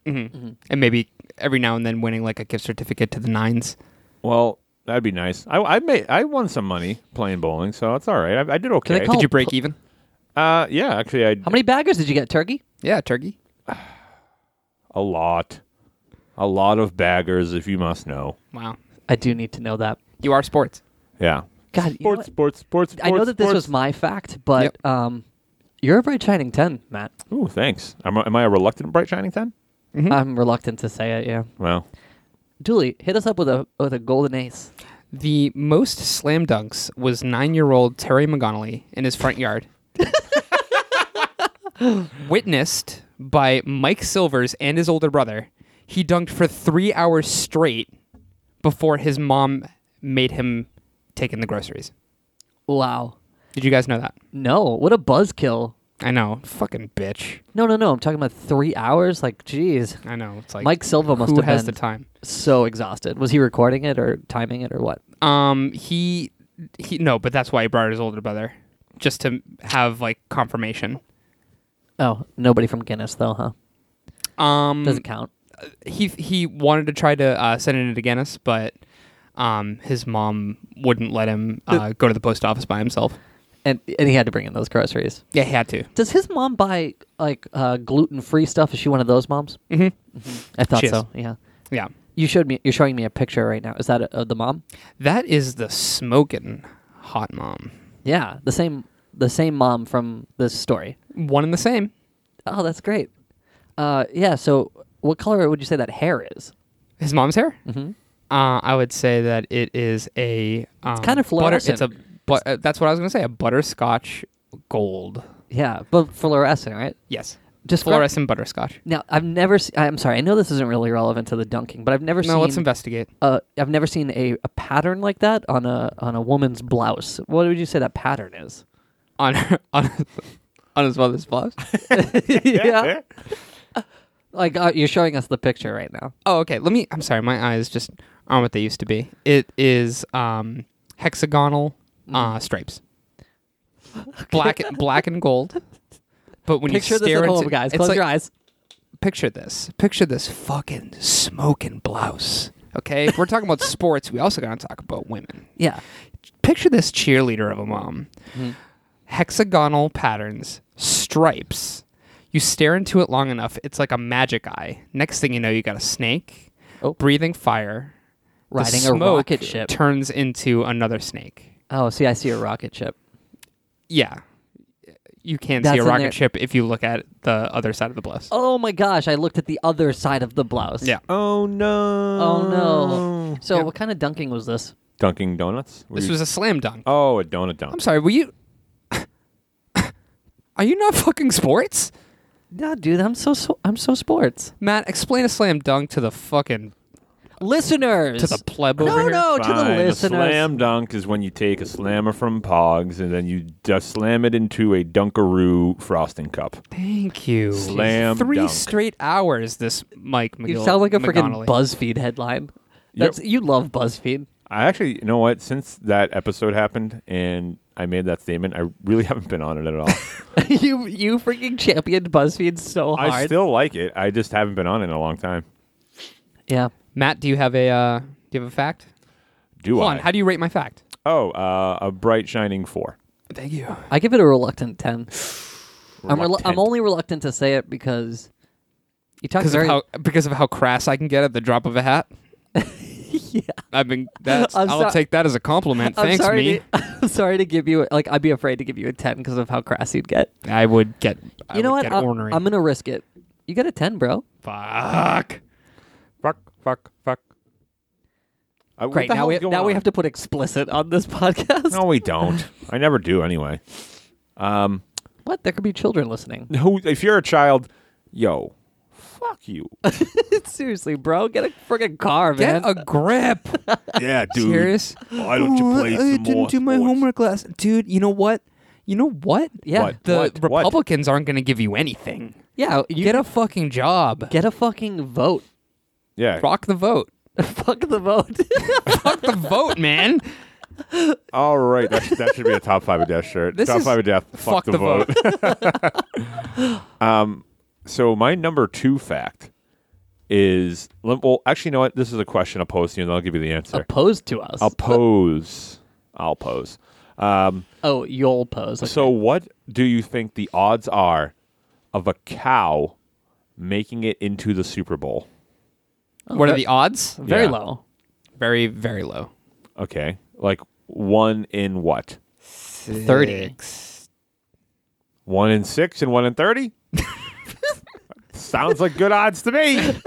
Speaker 3: And maybe every now and then winning like a gift certificate to the nines.
Speaker 1: Well, that'd be nice. I, I made I won some money playing bowling, so it's all right. I, I did okay.
Speaker 2: I call-
Speaker 3: Did
Speaker 2: Oh,
Speaker 3: you break
Speaker 2: pl-
Speaker 3: even?
Speaker 1: uh, yeah, actually, I
Speaker 2: how many baggers did you get, Turkey?
Speaker 3: Yeah, turkey.
Speaker 1: a lot, a lot of baggers, if you must know.
Speaker 3: Wow.
Speaker 2: I do need to know that.
Speaker 3: You are sports.
Speaker 1: Yeah.
Speaker 2: God, you know
Speaker 1: Sports,
Speaker 2: what?
Speaker 1: sports, sports, sports.
Speaker 2: I know that this was
Speaker 1: sports.
Speaker 2: my fact, but
Speaker 3: Yep.
Speaker 2: um, you're a bright shining ten, Matt.
Speaker 1: Ooh, thanks. Am I, am I a reluctant bright shining ten? Mm-hmm.
Speaker 2: I'm reluctant to say it. Yeah,
Speaker 1: Well,
Speaker 2: Dooley, hit us up with a with a golden ace.
Speaker 3: The most slam dunks was nine-year-old Terry McGonnelly in his front yard, witnessed by Mike Silvers and his older brother. He dunked for three hours straight before his mom made him take in the groceries.
Speaker 2: Wow.
Speaker 3: Did you guys know that?
Speaker 2: No, what a buzzkill.
Speaker 3: I know, fucking bitch.
Speaker 2: No, no, no. I'm talking about three hours. Like, geez,
Speaker 3: I know. It's like
Speaker 2: Mike Silva must
Speaker 3: who
Speaker 2: have
Speaker 3: has
Speaker 2: been-
Speaker 3: the time?
Speaker 2: so exhausted. Was he recording it or timing it or what?
Speaker 3: Um, he he no, but that's why he brought his older brother just to have like confirmation.
Speaker 2: Oh, nobody from Guinness though, huh?
Speaker 3: Um,
Speaker 2: Doesn't count.
Speaker 3: he he wanted to try to uh, send it into Guinness, but um, his mom wouldn't let him uh, go to the post office by himself.
Speaker 2: And and he had to bring in those groceries.
Speaker 3: Yeah, he had to.
Speaker 2: Does his mom buy like uh, gluten free stuff? Is she one of those moms? Mm-hmm. I thought
Speaker 3: She is.
Speaker 2: so. Yeah.
Speaker 3: Yeah,
Speaker 2: You showed me. You're showing me a picture right now. Is that uh, the mom?
Speaker 3: that is the smoking hot mom.
Speaker 2: Yeah, the same the same mom from this story.
Speaker 3: One and the same.
Speaker 2: Oh, that's great. Uh, yeah. So, what color would you say that hair is?
Speaker 3: His mom's hair. Mm-hmm. Uh, I would say that it is a. Um, it's
Speaker 2: kind of
Speaker 3: It's a.
Speaker 2: fluorescent.
Speaker 3: But uh, that's what I was gonna say. A butterscotch gold.
Speaker 2: Yeah, but fluorescent, right?
Speaker 3: Yes.
Speaker 2: Just fluor-
Speaker 3: Fluorescent butterscotch.
Speaker 2: Now, I've never. Se- I'm sorry. I know this isn't really relevant to the dunking, but I've never seen.
Speaker 3: No, let's investigate.
Speaker 2: uh, I've never seen a, a pattern like that on a on a woman's blouse. What would you say that pattern is?
Speaker 3: On on on his mother's blouse.
Speaker 2: yeah. Like uh, you're showing us the picture right now.
Speaker 3: Oh, okay. Let me. I'm sorry. My eyes just aren't what they used to be. It is um, hexagonal
Speaker 2: Mm-hmm.
Speaker 3: uh, stripes, black black and gold. But when
Speaker 2: Picture
Speaker 3: you
Speaker 2: this
Speaker 3: stare
Speaker 2: at
Speaker 3: into,
Speaker 2: home, guys.
Speaker 3: it's
Speaker 2: Close
Speaker 3: like-
Speaker 2: your eyes.
Speaker 3: Picture this. Picture this fucking smoking blouse. Okay, if we're talking about sports, we also gotta talk about women.
Speaker 2: Yeah.
Speaker 3: Picture this cheerleader of a mom.
Speaker 2: Mm-hmm.
Speaker 3: Hexagonal patterns, stripes. You stare into it long enough, it's like a magic eye. Next thing you know, you got a snake
Speaker 2: Oh.
Speaker 3: breathing fire. The
Speaker 2: Riding a
Speaker 3: smoke
Speaker 2: rocket ship.
Speaker 3: turns into another snake.
Speaker 2: Oh, see, I see a rocket ship.
Speaker 3: Yeah. You can
Speaker 2: That's
Speaker 3: see a
Speaker 2: in
Speaker 3: rocket
Speaker 2: there.
Speaker 3: ship if you look at the other side of the blouse.
Speaker 2: Oh my gosh! I looked at the other side of the blouse.
Speaker 3: Yeah.
Speaker 1: Oh no.
Speaker 2: Oh no! So,
Speaker 3: Yeah.
Speaker 2: what kind of dunking was this?
Speaker 1: Dunking donuts. Were
Speaker 3: This
Speaker 1: you-
Speaker 3: was a slam dunk.
Speaker 1: Oh, a donut dunk.
Speaker 3: I'm sorry, were you Are you not fucking sports?
Speaker 2: No, dude, I'm so, so I'm so sports.
Speaker 3: Matt, explain a slam dunk to the fucking
Speaker 2: Listeners,
Speaker 3: to the pleb over
Speaker 2: no,
Speaker 3: here.
Speaker 2: no, to the
Speaker 1: Fine. A
Speaker 2: listeners.
Speaker 1: slam dunk is when you take a slammer from Pogs and then you just slam it into a Dunkaroo frosting cup.
Speaker 3: Thank you.
Speaker 1: Slam
Speaker 3: Three
Speaker 1: dunk.
Speaker 3: straight hours. This Mike McGill.
Speaker 2: You sound like a freaking
Speaker 3: McGonnelly.
Speaker 2: BuzzFeed headline.
Speaker 1: Yep.
Speaker 2: That's you love BuzzFeed.
Speaker 1: I actually, you know what? Since that episode happened and I made that statement, I really haven't been on it at all.
Speaker 2: you you freaking championed BuzzFeed so hard.
Speaker 1: I still like it. I just haven't been on it in a long time.
Speaker 2: yeah.
Speaker 3: Matt, do you have a uh, do you have a fact?
Speaker 1: Do
Speaker 3: Hold
Speaker 1: I?
Speaker 3: on. How do you rate my fact?
Speaker 1: oh, uh, a bright shining four.
Speaker 3: Thank you.
Speaker 2: I give it a reluctant ten. I'm relu-
Speaker 1: Reluctant.
Speaker 2: I'm only reluctant to say it because you talk
Speaker 3: Because of
Speaker 2: very
Speaker 3: how because of how crass I can get at the drop of a hat.
Speaker 2: yeah.
Speaker 3: I mean, that's
Speaker 2: I'm
Speaker 3: I'll
Speaker 2: so-
Speaker 3: take that as a compliment.
Speaker 2: I'm
Speaker 3: Thanks,
Speaker 2: sorry.
Speaker 3: me.
Speaker 2: To, I'm sorry to give you a- like I'd be afraid to give you a ten because of how crass you'd get.
Speaker 3: I would get. I
Speaker 2: you know
Speaker 3: would
Speaker 2: what?
Speaker 3: Get
Speaker 2: I'll-
Speaker 3: ornery.
Speaker 2: I'm gonna risk it. You got a ten, bro.
Speaker 3: Fuck.
Speaker 1: Fuck, fuck, fuck. Uh, what
Speaker 2: Great.
Speaker 1: the
Speaker 2: Now
Speaker 1: hell
Speaker 2: we
Speaker 1: is going
Speaker 2: now we
Speaker 1: on?
Speaker 2: have to put explicit on this podcast.
Speaker 1: No, we don't. I never do anyway. Um,
Speaker 2: What? There could be children listening.
Speaker 1: who? If you're a child, yo, fuck you.
Speaker 2: Seriously, bro, get a freaking car, man.
Speaker 3: Get a grip.
Speaker 1: yeah, dude.
Speaker 3: Serious?
Speaker 1: Why don't you play some
Speaker 3: I didn't
Speaker 1: more
Speaker 3: do my
Speaker 1: sports?
Speaker 3: homework last. Dude, you know what? You know what?
Speaker 2: yeah,
Speaker 1: What?
Speaker 3: The
Speaker 1: What?
Speaker 3: Republicans aren't going to give you anything.
Speaker 2: yeah. You
Speaker 3: Get a fucking job.
Speaker 2: get a fucking vote.
Speaker 1: Yeah.
Speaker 3: Rock the vote.
Speaker 2: Fuck the vote.
Speaker 3: Fuck the vote, man.
Speaker 1: All right. That should, that should be a top five of death shirt.
Speaker 3: This
Speaker 1: top
Speaker 3: is-
Speaker 1: five of death. Fuck,
Speaker 3: fuck the
Speaker 1: vote. um. So my number two fact is lem- well, actually, you know what? This is a question I'll pose to you, and I'll give you the answer.
Speaker 2: Opposed to us.
Speaker 1: I'll pose. I'll pose. Um,
Speaker 2: oh, you'll pose. Okay.
Speaker 1: So, what do you think the odds are of a cow making it into the Super Bowl?
Speaker 3: What are the odds?
Speaker 2: very
Speaker 1: Yeah.
Speaker 2: low.
Speaker 3: Very, very low.
Speaker 1: Okay, like one in what?
Speaker 2: Thirty.
Speaker 1: One in six and one in thirty. Sounds like good odds to me.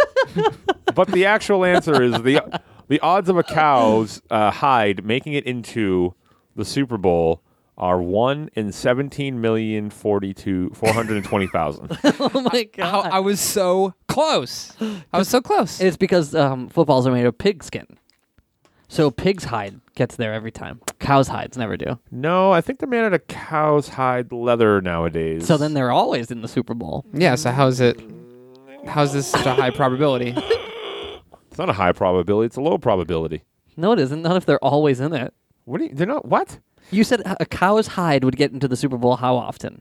Speaker 1: but the actual answer is the the odds of a cow's uh, hide making it into the Super Bowl are one in seventeen million forty two four hundred and twenty thousand.
Speaker 2: Oh my
Speaker 3: I,
Speaker 2: god.
Speaker 3: I was so close. I was so close.
Speaker 2: it's because um, footballs are made of pig skin. So pig's hide gets there every time. Cows' hides never do.
Speaker 1: No, I think they're made out of cow's hide leather nowadays.
Speaker 2: So then they're always in the Super Bowl.
Speaker 3: yeah. So how's it? How's this such a high probability?
Speaker 1: it's not a high probability; it's a low probability.
Speaker 2: No, it isn't. Not if they're always in it.
Speaker 1: What? Are you, they're not what?
Speaker 2: You said a cow's hide would get into the Super Bowl how often?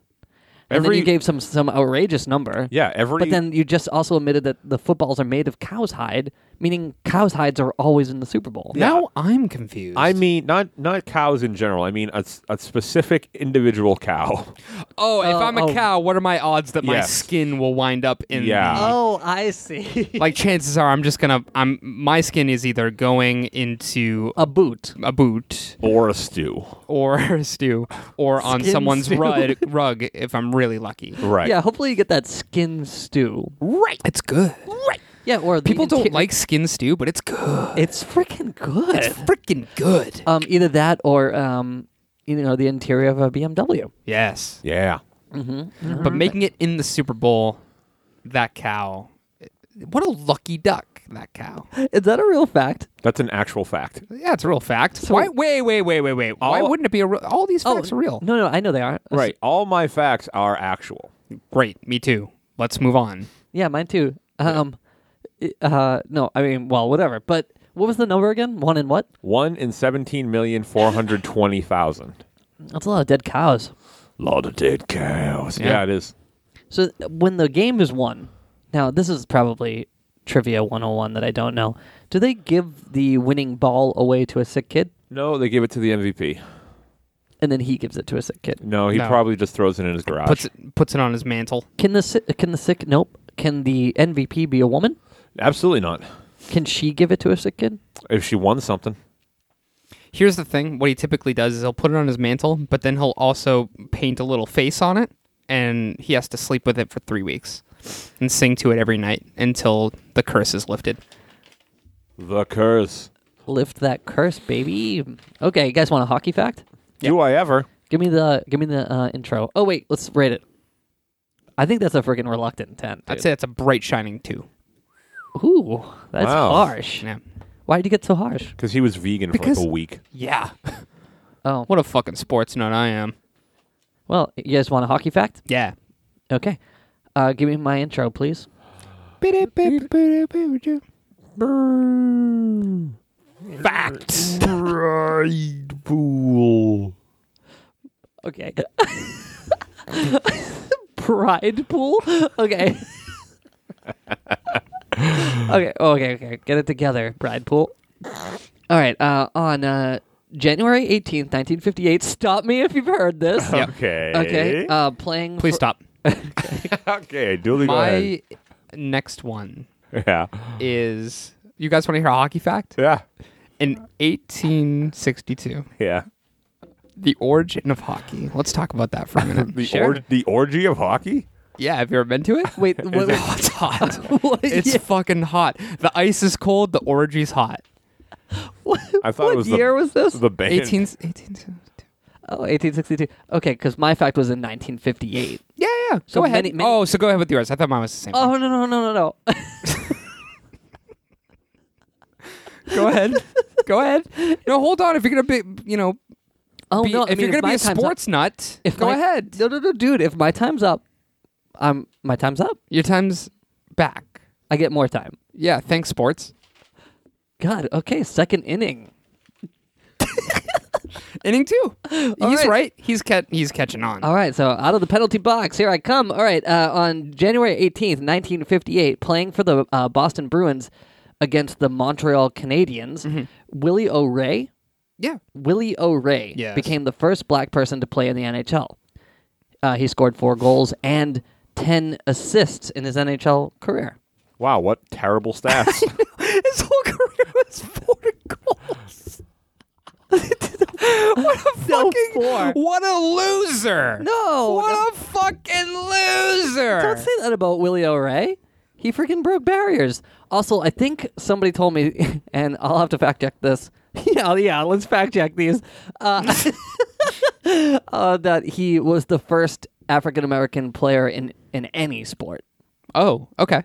Speaker 2: And then
Speaker 1: Every-
Speaker 2: you gave some some outrageous number.
Speaker 1: Yeah, every.
Speaker 2: But then you just also admitted that the footballs are made of cow's hide, meaning cow's hides are always in the Super Bowl.
Speaker 3: Now I'm confused.
Speaker 1: I mean, not not cows in general. I mean a, s- a specific individual cow.
Speaker 3: Oh, if
Speaker 2: Oh,
Speaker 3: I'm a
Speaker 2: oh.
Speaker 3: cow, what are my odds that my
Speaker 1: Yes.
Speaker 3: skin will wind up in?
Speaker 1: Yeah.
Speaker 3: the-
Speaker 2: Oh, I see.
Speaker 3: like chances are, I'm just gonna. I'm my skin is either going into
Speaker 2: a boot.
Speaker 3: a boot
Speaker 1: or a stew.
Speaker 3: or a stew or on
Speaker 2: Skin
Speaker 3: someone's
Speaker 2: stew.
Speaker 3: rug, rug if I'm really lucky.
Speaker 1: Right.
Speaker 2: Yeah, hopefully you get that skin stew.
Speaker 3: Right. It's good. Right.
Speaker 2: Yeah, or the
Speaker 3: People don't
Speaker 2: inter-
Speaker 3: like skin stew, but it's good.
Speaker 2: It's freaking good.
Speaker 3: It's freaking good.
Speaker 2: um, either that or um, you know, the interior of a BMW.
Speaker 3: Yes.
Speaker 1: Yeah.
Speaker 3: But making it in the Super Bowl, that cow. What a lucky duck, that cow.
Speaker 2: Is that a real fact?
Speaker 1: That's an actual fact.
Speaker 3: Yeah, it's a real fact. Why? Wait, wait, wait, wait, wait. Why
Speaker 1: All-
Speaker 3: wouldn't it be a real? All Oh, these facts are real.
Speaker 2: No, no, I know they are.
Speaker 1: Right. All my facts are actual.
Speaker 3: Great. Me too. Let's move on.
Speaker 2: Yeah, mine too. Um, i- uh, no, I mean, well, whatever. But what was the number again? One in what?
Speaker 1: One in seventeen million four hundred twenty thousand.
Speaker 2: That's a lot of dead cows.
Speaker 1: Lot of dead cows. Yeah,
Speaker 3: Yeah.
Speaker 1: it is.
Speaker 2: So th- when the game is won, now this is probably trivia 101 that I don't know. Do they give the winning ball away to a sick kid?
Speaker 1: No, they give it to the MVP.
Speaker 2: And then he gives it to a sick kid.
Speaker 1: No, he
Speaker 3: No.
Speaker 1: probably just throws it in his garage.
Speaker 3: Puts it, puts it on his mantle.
Speaker 2: Can the si- can the sick nope? Can the MVP be a woman?
Speaker 1: Absolutely not.
Speaker 2: Can she give it to a sick kid?
Speaker 1: If she won something.
Speaker 3: Here's the thing. What he typically does is he'll put it on his mantle, but then he'll also paint a little face on it, and he has to sleep with it for three weeks and sing to it every night until the curse is lifted.
Speaker 1: The curse.
Speaker 2: Lift that curse, baby. Okay, you guys want a hockey fact?
Speaker 1: Do I ever?
Speaker 2: Give me the give me the uh, intro. Oh wait, let's rate it. I think that's a freaking reluctant ten. dude.
Speaker 3: I'd say that's a bright shining two.
Speaker 2: Ooh, that's
Speaker 1: Wow.
Speaker 2: harsh.
Speaker 3: Yeah.
Speaker 2: Why would you get so harsh?
Speaker 1: Because he was vegan for
Speaker 3: Because-
Speaker 1: like a week.
Speaker 3: Yeah.
Speaker 2: Oh,
Speaker 3: What a fucking sports nut I am.
Speaker 2: well, you guys want a hockey fact?
Speaker 3: Yeah.
Speaker 2: Okay, uh, give me my intro, please.
Speaker 3: Facts.
Speaker 2: Okay. Pride pool. Okay. okay. Okay. Okay. Get it together. Pride pool. All right. Uh, on uh, January eighteenth, nineteen fifty-eight. Stop me if you've heard this.
Speaker 3: Yeah.
Speaker 1: Okay.
Speaker 2: Okay. Uh, playing.
Speaker 3: Please
Speaker 2: for-
Speaker 3: stop.
Speaker 1: okay, duly go ahead.
Speaker 3: My next one
Speaker 1: Yeah.
Speaker 3: is you guys want to hear a hockey fact?
Speaker 1: Yeah.
Speaker 3: In 1862,
Speaker 1: Yeah.
Speaker 3: the origin of hockey. Let's talk about that for a minute.
Speaker 1: The,
Speaker 2: Sure.
Speaker 1: org- the orgy of hockey?
Speaker 3: yeah, have you ever been to it?
Speaker 2: Wait. What,
Speaker 3: Oh, it's hot.
Speaker 2: what-
Speaker 3: it's
Speaker 2: yeah.
Speaker 3: fucking hot. The ice is cold. The orgy's hot.
Speaker 2: what
Speaker 1: I thought
Speaker 2: what
Speaker 1: it was the-
Speaker 2: year was this?
Speaker 1: The band.
Speaker 3: 18, 18.
Speaker 2: oh, 1862. Okay, because my fact was in 1958.
Speaker 3: Yeah, yeah.
Speaker 2: So
Speaker 3: go ahead.
Speaker 2: many- many-
Speaker 3: oh, so go ahead with yours. I thought mine was the same.
Speaker 2: Oh no no no no no!
Speaker 3: Go ahead. go ahead. No, hold on. If you're gonna be, you know,
Speaker 2: Oh
Speaker 3: be-
Speaker 2: no! I
Speaker 3: if
Speaker 2: mean,
Speaker 3: you're gonna
Speaker 2: my
Speaker 3: be a
Speaker 2: time's up-
Speaker 3: sports nut,
Speaker 2: if
Speaker 3: go
Speaker 2: my-
Speaker 3: ahead.
Speaker 2: No no no, dude! If my time's up, I'm my time's up.
Speaker 3: Your time's back.
Speaker 2: I get more time.
Speaker 3: Yeah. Thanks, sports.
Speaker 2: God. Okay. Second inning.
Speaker 3: Inning two. he's
Speaker 2: right. Oh.
Speaker 3: right. He's ca- he's catching on.
Speaker 2: All right, so out of the penalty box, here I come. All right, uh, on January 18th, 1958, playing for the uh, Boston Bruins against the Montreal Canadiens, Willie O'Ray,
Speaker 3: yeah.
Speaker 2: Willie O'Ray
Speaker 3: Mm-hmm. Yes.
Speaker 2: became the first black person to play in the NHL. Uh, he scored four goals and 10 assists in his NHL career.
Speaker 1: Wow, what terrible stats.
Speaker 3: His whole career was four goals. what a
Speaker 2: No,
Speaker 3: fucking
Speaker 2: four.
Speaker 3: what a loser!
Speaker 2: No,
Speaker 3: what
Speaker 2: no.
Speaker 3: a fucking loser!
Speaker 2: Don't say that about Willie O'Ray. He freaking broke barriers. Also, I think somebody told me, and I'll have to fact check this. yeah, yeah, let's fact check these. Uh, uh, that he was the first African American player in, in any sport,
Speaker 3: oh, okay.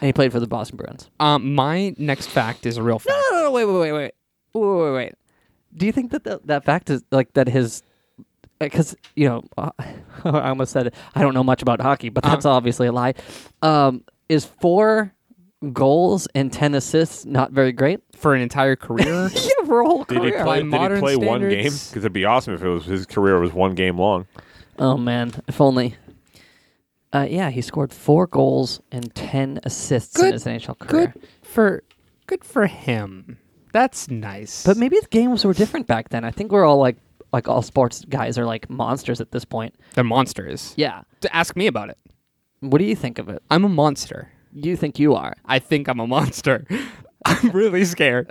Speaker 2: and he played for the Boston Bruins.
Speaker 3: Um, my next fact is a real fact.
Speaker 2: No, no, no, wait, wait, wait, wait, wait, wait, wait, wait. Do you think that the, that fact is like that his? Because you know, uh, I almost said it. I don't know much about hockey, but that's obviously a lie. Um, is four goals and ten assists not very great?
Speaker 3: For an entire career,
Speaker 2: Yeah, for a whole
Speaker 1: Did he
Speaker 2: career.
Speaker 1: play,
Speaker 3: By
Speaker 1: did he
Speaker 3: modern
Speaker 1: play one game?
Speaker 3: standards-
Speaker 1: Because it'd be awesome if it was his career was one game long.
Speaker 2: oh man, if only. Uh, yeah, he scored four goals and ten assists in
Speaker 3: Good-
Speaker 2: his NHL career.
Speaker 3: good for good for him. That's nice.
Speaker 2: But maybe the games were different back then. I think we're all like, like all sports guys are like monsters at this point.
Speaker 3: they're monsters.
Speaker 2: Yeah.
Speaker 3: To ask me about it,
Speaker 2: What do you think of it?
Speaker 3: I'm a monster.
Speaker 2: You think you are?
Speaker 3: I think I'm a monster. I'm really scared.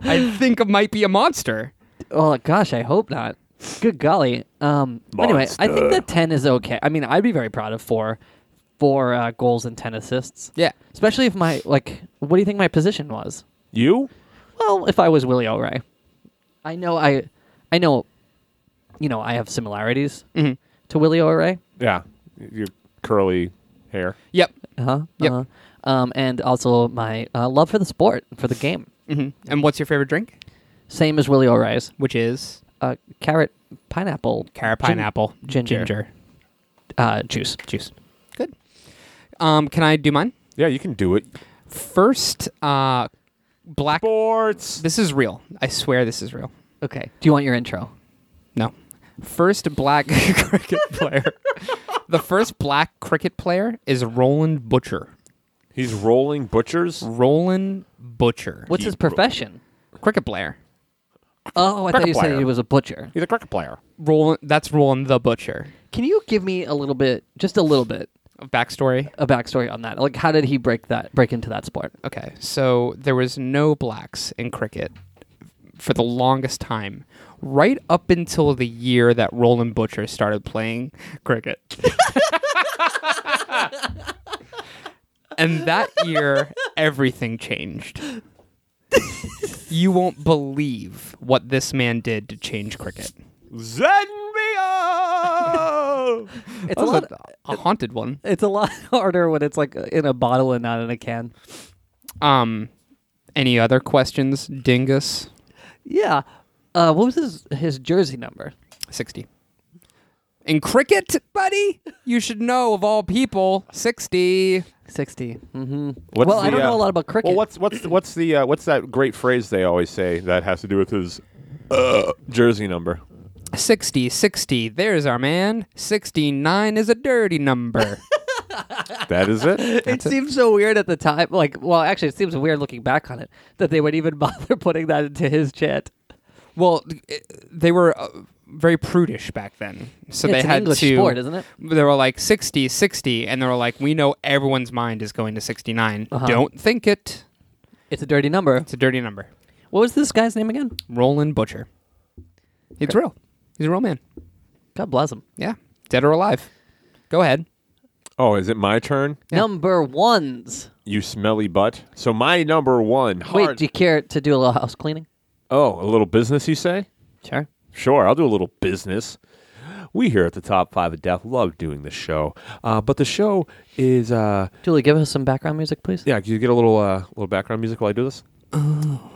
Speaker 3: I think I might be a monster.
Speaker 2: Well, Oh, gosh, I hope not. Good golly. Um. Anyway, I think
Speaker 1: Monster.
Speaker 2: that ten is okay. I mean, I'd be very proud of four, four uh, goals and ten assists.
Speaker 3: Yeah.
Speaker 2: Especially if my like, what do you think my position was?
Speaker 1: You?
Speaker 2: Well, if I was Willie O'Ree, I know I, I know, you know, I have similarities to Willie O'Ree.
Speaker 1: Yeah. Your curly hair.
Speaker 3: Yep.
Speaker 2: Uh-huh,
Speaker 3: Yep.
Speaker 2: uh-huh. Um, and also my uh, love for the sport, for the game,
Speaker 3: hmm And what's your favorite drink?
Speaker 2: same as Willie O'Ree's.
Speaker 3: Which is
Speaker 2: Uh, carrot, pineapple,
Speaker 3: carrot,
Speaker 2: gin-
Speaker 3: pineapple,
Speaker 2: ginger. uh, juice.
Speaker 3: juice. Good. Um, can I do mine?
Speaker 1: Yeah, you can do it.
Speaker 3: First, uh, black.
Speaker 1: Sports.
Speaker 3: This is real. I swear this is real.
Speaker 2: Okay. Do you want your intro?
Speaker 3: No. First black cricket player. the first black cricket player is Roland Butcher.
Speaker 1: He's rolling butchers.
Speaker 3: Roland Butcher.
Speaker 2: What's his
Speaker 1: Hebrew.
Speaker 2: profession?
Speaker 3: cricket player?
Speaker 2: Oh, I
Speaker 1: Cricket
Speaker 2: thought you said
Speaker 1: player.
Speaker 2: he was a butcher.
Speaker 1: He's a cricket player.
Speaker 3: Roland. That's Roland the Butcher.
Speaker 2: Can you give me a little bit, just a little bit,
Speaker 3: Backstory.
Speaker 2: a backstory on that? Like, how did he break that, break into that sport?
Speaker 3: Okay, so there was no blacks in cricket for the longest time, right up until the year that Roland Butcher started playing cricket. and that year, everything changed. You won't believe what this man did to change cricket.
Speaker 1: Zenbia!
Speaker 2: It's
Speaker 3: That
Speaker 2: a
Speaker 3: was
Speaker 2: lot.
Speaker 3: a, a haunted one.
Speaker 2: It's a lot harder when it's like in a bottle and not in a can.
Speaker 3: Um, any other questions, Dingus?
Speaker 2: Yeah. Uh, what was his his jersey number?
Speaker 3: 60. In cricket, buddy, you should know of all people, 60.
Speaker 2: 60 Mm-hmm.
Speaker 1: What's
Speaker 2: Well, I
Speaker 1: the,
Speaker 2: don't
Speaker 1: uh,
Speaker 2: know a lot about cricket.
Speaker 1: Well, what's what's what's the uh, what's that great phrase they always say that has to do with his uh, jersey number?
Speaker 3: 60, 60. There's our man. 69 is a dirty number.
Speaker 1: That is it.
Speaker 2: it seems so weird at the time. Like, well, actually, it seems weird looking back on it that they would even bother putting that into his chant.
Speaker 3: well, th- eh, they were uh, very prudish back then. So
Speaker 2: It's
Speaker 3: they
Speaker 2: an
Speaker 3: had
Speaker 2: English
Speaker 3: to
Speaker 2: sport, isn't it?
Speaker 3: They were like 60, 60 and they were like we know everyone's mind is going to 69.
Speaker 2: Uh-huh.
Speaker 3: Don't think it.
Speaker 2: It's a dirty number.
Speaker 3: It's a dirty number.
Speaker 2: What was this guy's name again?
Speaker 3: Roland Butcher. It's real. He's a real man.
Speaker 2: God bless him.
Speaker 3: Yeah. Dead or alive. Go ahead.
Speaker 1: Oh, is it my turn?
Speaker 3: Yeah.
Speaker 2: Number ones.
Speaker 1: You smelly butt. So my number one.
Speaker 2: Wait,
Speaker 1: hard-
Speaker 2: do you care to do a little house cleaning?
Speaker 1: oh, a little business, you say?
Speaker 2: Sure.
Speaker 1: Sure, I'll do a little business. We here at the Top Five of Death love doing this show, uh, but the show is uh,
Speaker 2: Julie, give us some background music, please.
Speaker 1: yeah. Can you get a little uh, little background music while I do this?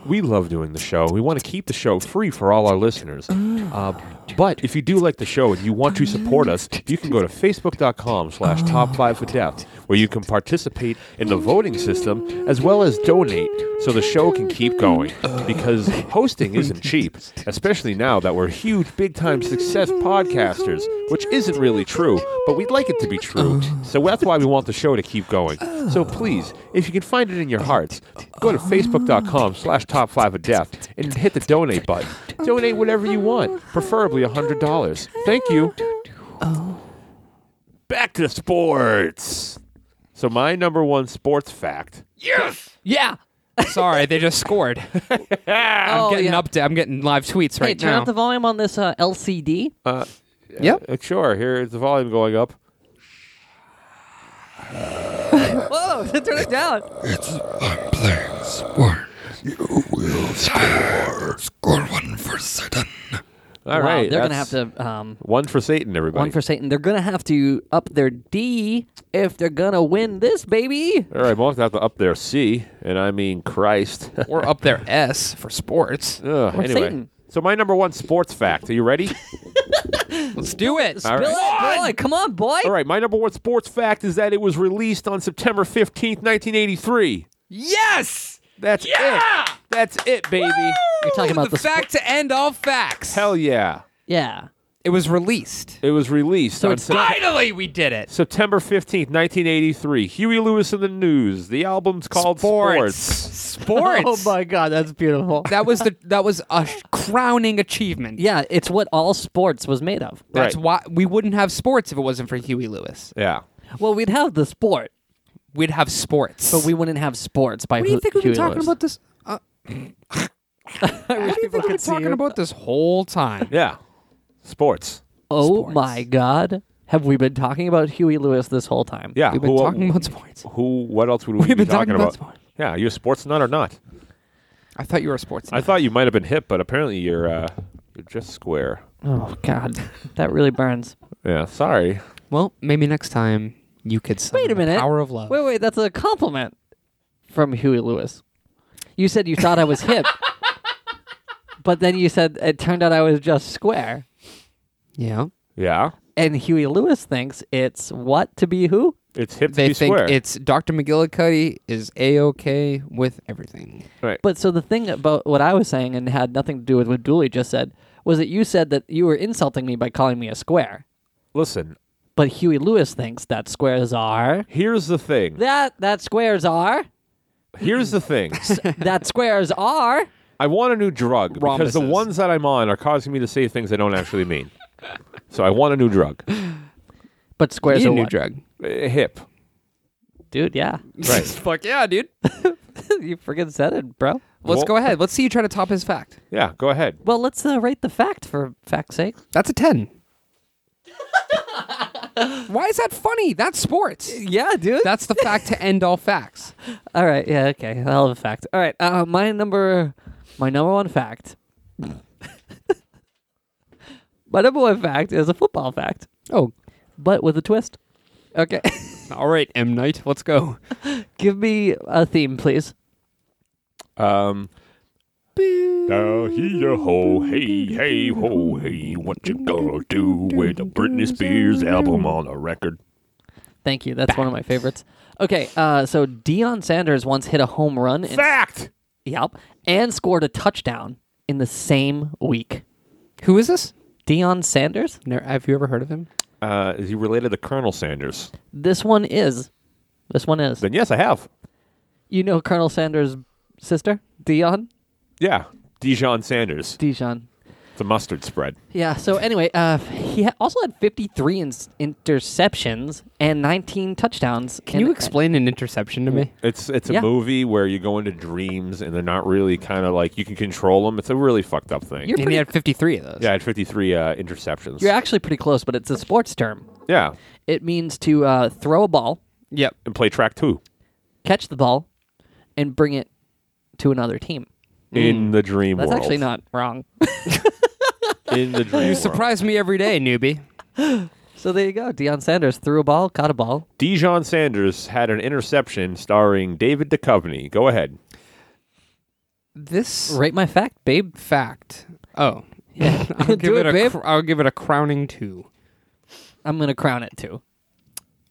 Speaker 1: We love doing the show. We want to keep the show free for all our listeners. Uh, but if you do like the show and you want to support us, you can go to facebook.com slash top five for death, where you can participate in the voting system as well as donate so the show can keep going. Because hosting isn't cheap, especially now that we're huge big time success podcasters, which isn't really true, but we'd like it to be true. So that's why we want the show to keep going. So please, if you can find it in your hearts, go to facebook.com slash top five of death and hit the donate button. Donate whatever you want, preferably $100. Thank you. Back to sports. So my number one sports fact.
Speaker 3: Yeah. Sorry, they just scored. I'm
Speaker 2: oh,
Speaker 3: getting
Speaker 2: yeah.
Speaker 3: upda- I'm getting live tweets
Speaker 2: Hey,
Speaker 3: right
Speaker 2: turn
Speaker 3: now.
Speaker 2: up the volume on this uh, LCD.
Speaker 3: yep.
Speaker 1: Uh, sure, here's the volume going up.
Speaker 2: Whoa, turn it down.
Speaker 4: playing sport. You will score. Score one for Satan.
Speaker 1: All
Speaker 2: wow,
Speaker 1: right,
Speaker 2: they're going to have
Speaker 1: that's
Speaker 2: to, um,
Speaker 1: One for Satan, everybody.
Speaker 2: one for Satan, they're going to have to up their D if they're going to win this, baby.
Speaker 1: All right, we'll have to have to up there C, and I mean Christ.
Speaker 3: We're up there S for sports.
Speaker 1: Ugh, anyway,
Speaker 2: Satan.
Speaker 1: so my number one sports fact. Are you ready?
Speaker 3: Let's do it.
Speaker 1: All
Speaker 2: Bill,
Speaker 1: right.
Speaker 2: boy, come on, boy.
Speaker 1: All right, my number one sports fact is that it was released on September 15th, 1983.
Speaker 3: Yes.
Speaker 1: That's it. That's it, baby.
Speaker 2: You're talking about
Speaker 3: the
Speaker 2: the
Speaker 3: fact to end all facts.
Speaker 1: Hell yeah.
Speaker 2: Yeah.
Speaker 3: It was released.
Speaker 1: It was released on
Speaker 2: it's
Speaker 1: Sep-
Speaker 3: Finally, we did it.
Speaker 1: September 15th, 1983. Huey Lewis in the News. The album's called
Speaker 3: Sports.
Speaker 1: Sports.
Speaker 3: Sports.
Speaker 2: Oh, God, that's beautiful.
Speaker 3: That was the that was a sh- crowning achievement.
Speaker 2: yeah, it's what all sports was made of.
Speaker 3: That's
Speaker 1: Right.
Speaker 3: why we wouldn't have sports if it wasn't for Huey Lewis.
Speaker 1: Yeah.
Speaker 2: Well, we'd have the sport,
Speaker 3: We'd have sports.
Speaker 2: but we wouldn't have sports by
Speaker 3: What do you
Speaker 2: Hu-
Speaker 3: think we've been
Speaker 2: Huey
Speaker 3: talking
Speaker 2: Lewis.
Speaker 3: about this? Uh,
Speaker 2: I wish
Speaker 3: what do you
Speaker 2: people
Speaker 3: think we've been
Speaker 2: could see
Speaker 3: talking
Speaker 2: you.
Speaker 3: about this whole time?
Speaker 1: Yeah. Sports.
Speaker 2: Oh
Speaker 3: Sports.
Speaker 2: my God. Have we been talking about Huey Lewis this whole time?
Speaker 1: Yeah.
Speaker 3: We've been
Speaker 1: who,
Speaker 3: talking about sports.
Speaker 1: who what else would we
Speaker 3: We've
Speaker 1: be
Speaker 3: been talking about sports.
Speaker 1: Yeah, you a sports nut or not?
Speaker 3: I thought you were a sports.
Speaker 1: I thought you might have been hip, but apparently you're uh, you're just square.
Speaker 2: Oh God, that really burns.
Speaker 1: Yeah, sorry.
Speaker 3: Well, maybe next time you could summon
Speaker 2: Wait a minute.
Speaker 3: The power of love.
Speaker 2: Wait, wait, that's a compliment from Huey Lewis. You said you thought I was hip, but then you said it turned out I was just square.
Speaker 3: Yeah.
Speaker 1: Yeah.
Speaker 2: And Huey Lewis thinks it's what to be who?
Speaker 1: It's hip to
Speaker 3: They
Speaker 1: be
Speaker 3: think
Speaker 1: square.
Speaker 3: it's Dr. McGillicuddy is a okay with everything.
Speaker 1: right.
Speaker 2: But so the thing about what I was saying and had nothing to do with what Dooley just said was that you said that you were insulting me by calling me a square.
Speaker 1: Listen,
Speaker 2: But Huey Lewis thinks that squares are
Speaker 1: here's the thing.
Speaker 2: that that squares are
Speaker 1: Here's the thing.
Speaker 2: that squares are.
Speaker 1: I want a new drug because the
Speaker 3: Rhombuses.
Speaker 1: ones that I'm on are causing me to say things I don't actually mean. so I want a new drug.
Speaker 2: But squares
Speaker 3: Need a
Speaker 2: are
Speaker 3: new
Speaker 2: what?
Speaker 3: drug.
Speaker 1: Uh, hip.
Speaker 2: dude. Yeah,
Speaker 1: Right.
Speaker 3: Fuck yeah, dude.
Speaker 2: you freaking said it, bro.
Speaker 3: Let's
Speaker 1: Well-
Speaker 3: go ahead. Let's see you try to top his fact.
Speaker 1: Yeah, go ahead.
Speaker 2: Well, let's uh, rate the fact for fact's sake.
Speaker 3: That's a 10. Why is that funny? That's sports.
Speaker 2: Yeah, dude.
Speaker 3: That's the fact to end all facts.
Speaker 2: All right. Yeah. Okay. I'll have a fact. All right. Uh, my number, my number one fact. my number one fact is a football fact,
Speaker 3: Oh,
Speaker 2: but with a twist. Okay.
Speaker 3: all right, M. Knight. Let's go.
Speaker 2: Give me a theme, please.
Speaker 1: Um Now he a ho, hey, hey, ho, hey, what you gonna do with a Britney Spears album on a record?
Speaker 2: Thank you. That's one of my favorites. Okay. Uh, so Deion Sanders once hit a home run. In,
Speaker 1: Fact!
Speaker 2: yep. And scored a touchdown in the same week.
Speaker 3: Who is this?
Speaker 2: Deion Sanders.
Speaker 3: Ne- Have you ever heard of him?
Speaker 1: Uh, is he related to Colonel Sanders?
Speaker 2: This one is. This one is.
Speaker 1: Then yes, I have.
Speaker 2: You know Colonel Sanders' sister, Dion?
Speaker 1: Yeah, Dijon Sanders.
Speaker 2: Dijon.
Speaker 1: It's a mustard spread.
Speaker 2: Yeah, so anyway, uh, he ha- also had 53 in- interceptions and 19 touchdowns.
Speaker 3: Can you explain an interception to me?
Speaker 1: It's it's a
Speaker 2: Yeah.
Speaker 1: movie where you go into dreams and they're not really kind of like you can control them. It's a really fucked up thing.
Speaker 2: You're
Speaker 3: And he
Speaker 2: pretty,
Speaker 3: had 53 of those.
Speaker 1: yeah, I had 53 uh, interceptions.
Speaker 2: you're actually pretty close, but it's a sports term.
Speaker 1: Yeah,
Speaker 2: It means to uh, throw a ball,
Speaker 3: Yep.
Speaker 1: and play track two.
Speaker 2: catch the ball, and bring it to another team.
Speaker 1: in the dream
Speaker 2: Hmm. That's
Speaker 1: world.
Speaker 2: actually not wrong.
Speaker 1: in the dream
Speaker 3: You
Speaker 1: world.
Speaker 3: surprise me every day, newbie.
Speaker 2: so there you go. Deion Sanders threw a ball, caught a ball.
Speaker 1: Dijon Sanders had an interception starring David Duchovny. Go ahead.
Speaker 3: This
Speaker 2: Rate my fact, babe.
Speaker 3: fact. Oh,
Speaker 2: Yeah.
Speaker 3: I'll give
Speaker 2: Do
Speaker 3: it,
Speaker 2: it,
Speaker 3: a
Speaker 2: babe.
Speaker 3: cr- I'll give it a crowning two.
Speaker 2: I'm gonna crown it too.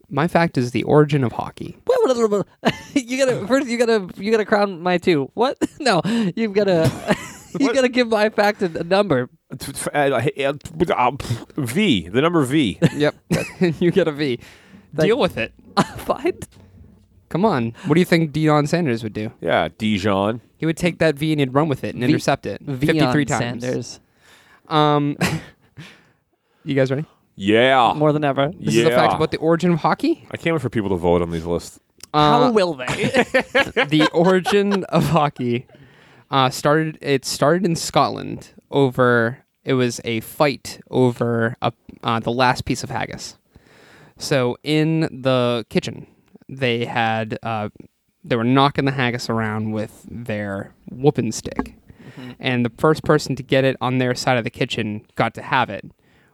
Speaker 3: My fact is the origin of hockey.
Speaker 2: Wait, what a little bit. You gotta first. You gotta. You gotta crown my two. What? No, you've gotta. you gotta give my fact a, a number.
Speaker 1: V, the number V.
Speaker 3: Yep, you get a V. Deal with it.
Speaker 2: Fine.
Speaker 3: Come on. What do you think Deion Sanders would do?
Speaker 1: Yeah, Dijon.
Speaker 3: He would take that V and he'd run with it and intercept it fifty-three
Speaker 2: Veion
Speaker 3: times.
Speaker 2: Sanders.
Speaker 3: Um, you guys ready?
Speaker 1: Yeah.
Speaker 2: More than ever.
Speaker 3: This is a fact
Speaker 1: Yeah.
Speaker 3: about the origin of hockey.
Speaker 1: I can't wait for people to vote on these lists.
Speaker 2: How will they?
Speaker 3: the origin of hockey uh, started. It started in Scotland over. It was a fight over a, uh, the last piece of haggis. So in the kitchen, they had uh, they were knocking the haggis around with their whooping stick, and the first person to get it on their side of the kitchen got to have it,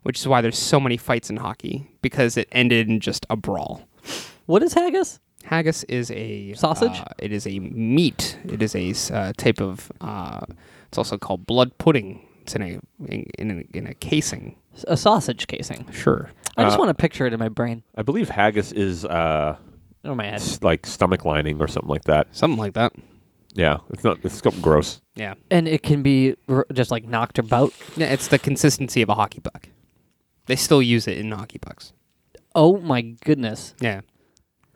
Speaker 3: which is why there's so many fights in hockey because it ended in just a brawl.
Speaker 2: what is haggis?
Speaker 3: Haggis is a
Speaker 2: Sausage?
Speaker 3: uh, it is a meat. It is a uh, type of. Uh, it's also called blood pudding. It's in a in, in, a, in a casing.
Speaker 2: S- A sausage casing.
Speaker 3: Sure.
Speaker 2: I just want to picture it in my brain.
Speaker 1: I believe haggis is uh,
Speaker 2: Oh my head.
Speaker 1: s- like stomach lining or something like that.
Speaker 3: Something like that.
Speaker 1: Yeah, it's not. It's something gross.
Speaker 3: Yeah.
Speaker 2: And it can be r- just like knocked about.
Speaker 3: Yeah. It's the consistency of a hockey puck. They still use it in hockey pucks.
Speaker 2: Oh my goodness.
Speaker 3: Yeah.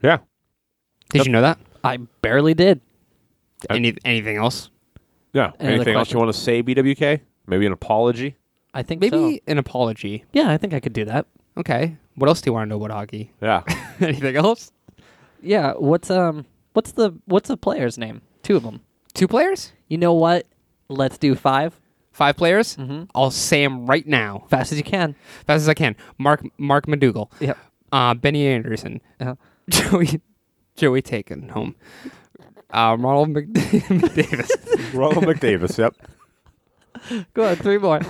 Speaker 1: Yeah.
Speaker 3: Did you know that?
Speaker 2: I barely did.
Speaker 3: Any anything else?
Speaker 1: Yeah.
Speaker 2: Any other
Speaker 1: Anything else you
Speaker 2: questions?
Speaker 1: want to say, BWK? Maybe an apology.
Speaker 2: I think
Speaker 3: Maybe
Speaker 2: so.
Speaker 3: an apology.
Speaker 2: Yeah, I think I could do that.
Speaker 3: Okay. What else do you want to know about hockey?
Speaker 1: Yeah.
Speaker 3: anything else?
Speaker 2: Yeah. What's um? What's the what's the player's name? Two of them.
Speaker 3: Two players?
Speaker 2: You know what? Let's do five
Speaker 3: Five players?
Speaker 2: Mm-hmm.
Speaker 3: I'll say 'em right now,
Speaker 2: fast as you can.
Speaker 3: fast as I can. Mark Mark McDougal.
Speaker 2: Yep.
Speaker 3: Uh, Benny Anderson.
Speaker 2: Uh-huh.
Speaker 3: Joey Joey taken home. Uh, Ronald Mc- McDavis.
Speaker 1: Ronald McDavis. Yep.
Speaker 2: Go on, three more.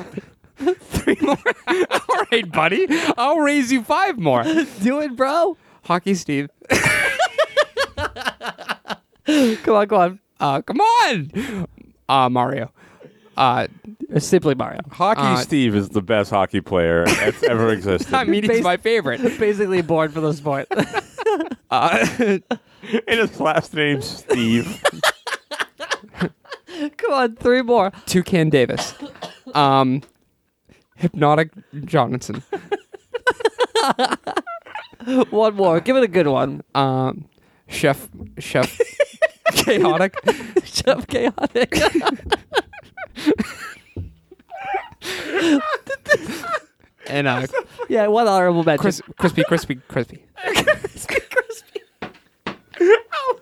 Speaker 3: Three more. All right, buddy. I'll raise you five more.
Speaker 2: do it, bro.
Speaker 3: Hockey Steve.
Speaker 2: Come on, go on.
Speaker 3: Uh, come on. Uh, Mario. Uh,
Speaker 2: Simply Mario.
Speaker 1: Hockey
Speaker 3: Uh,
Speaker 1: Steve is the best hockey player that's ever existed.
Speaker 3: I mean, he's
Speaker 2: Bas-
Speaker 3: my favorite.
Speaker 2: Basically born for the sport.
Speaker 3: Uh,
Speaker 1: and his last name's Steve.
Speaker 2: Come on, three more.
Speaker 3: Toucan Davis. Um, Hypnotic Jonathan.
Speaker 2: One more. Give it a good one.
Speaker 3: Um, Chef. Chef. Chaotic.
Speaker 2: Chef Chaotic.
Speaker 3: And uh,
Speaker 2: yeah, one honorable mention.
Speaker 3: Cris- Crispy, Crispy, Crispy.
Speaker 2: Oh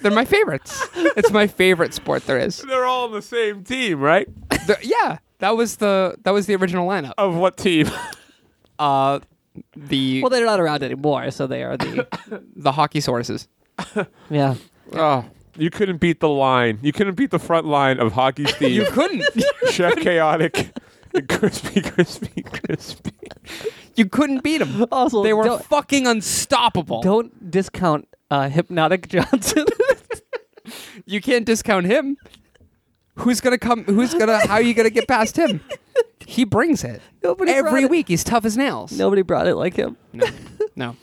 Speaker 3: They're my favorites. It's my favorite sport there is.
Speaker 1: They're all on the same team, right?
Speaker 3: The- yeah, that was the that was the original lineup.
Speaker 1: Of what team?
Speaker 3: Uh, the
Speaker 2: well, they're not around anymore, so they are the.
Speaker 3: the hockey sources.
Speaker 2: yeah.
Speaker 3: Oh,
Speaker 1: You couldn't beat the line. You couldn't beat the front line of Hockey
Speaker 3: you
Speaker 1: Steve,
Speaker 3: couldn't.
Speaker 1: Chef Chaotic, and Crispy, Crispy, Crispy.
Speaker 3: You couldn't beat them.
Speaker 2: Also,
Speaker 3: They were
Speaker 2: don't,
Speaker 3: fucking unstoppable.
Speaker 2: don't discount uh, Hypnotic Johnson.
Speaker 3: You can't discount him. Who's gonna come? Who's gonna? How are you gonna get past him? He brings it
Speaker 2: Nobody brought
Speaker 3: every
Speaker 2: it.
Speaker 3: week. He's tough as nails.
Speaker 2: Nobody brought it like him.
Speaker 3: no, no.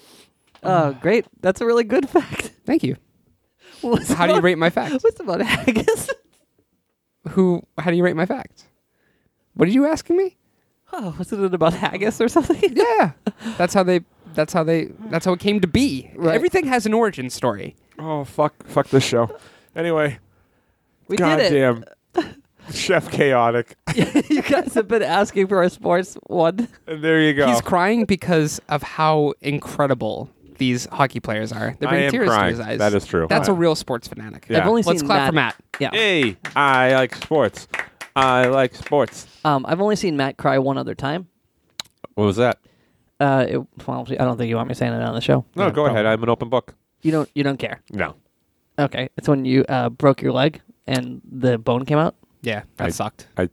Speaker 2: Oh, great. That's a really good fact.
Speaker 3: Thank you.
Speaker 2: What's
Speaker 3: How do you
Speaker 2: about-
Speaker 3: rate my fact?
Speaker 2: What's about haggis?
Speaker 3: Who? How do you rate my fact? What are you asking me?
Speaker 2: Oh, wasn't it about haggis or something?
Speaker 3: Yeah, that's how they. That's how they. That's how it came to be.
Speaker 2: Right.
Speaker 3: Everything has an origin story.
Speaker 1: Oh fuck! Fuck this show. Anyway,
Speaker 2: We did it.
Speaker 1: goddamn, Chef Chaotic,
Speaker 2: you guys have been asking for a sports one.
Speaker 1: and there you go.
Speaker 3: He's crying because of how incredible these hockey players are. They're
Speaker 1: I
Speaker 3: bringing
Speaker 1: am
Speaker 3: tears
Speaker 1: crying.
Speaker 3: to his eyes.
Speaker 1: That is true.
Speaker 3: That's
Speaker 1: I-
Speaker 3: a real sports fanatic.
Speaker 1: Yeah.
Speaker 2: I've only
Speaker 3: Let's
Speaker 2: seen
Speaker 3: clap
Speaker 2: Matt.
Speaker 3: for Matt.
Speaker 2: Yeah.
Speaker 1: hey, I like sports. I like sports.
Speaker 2: Um, I've only seen Matt cry one other time.
Speaker 1: What was that?
Speaker 2: Uh, it, well, I don't think you want me saying it on the show.
Speaker 1: No, go ahead. I'm an open book.
Speaker 2: You don't. You don't care.
Speaker 1: No.
Speaker 2: Okay. It's when you uh, broke your leg and the bone came out.
Speaker 3: Yeah, that
Speaker 1: I-
Speaker 3: sucked.
Speaker 1: I,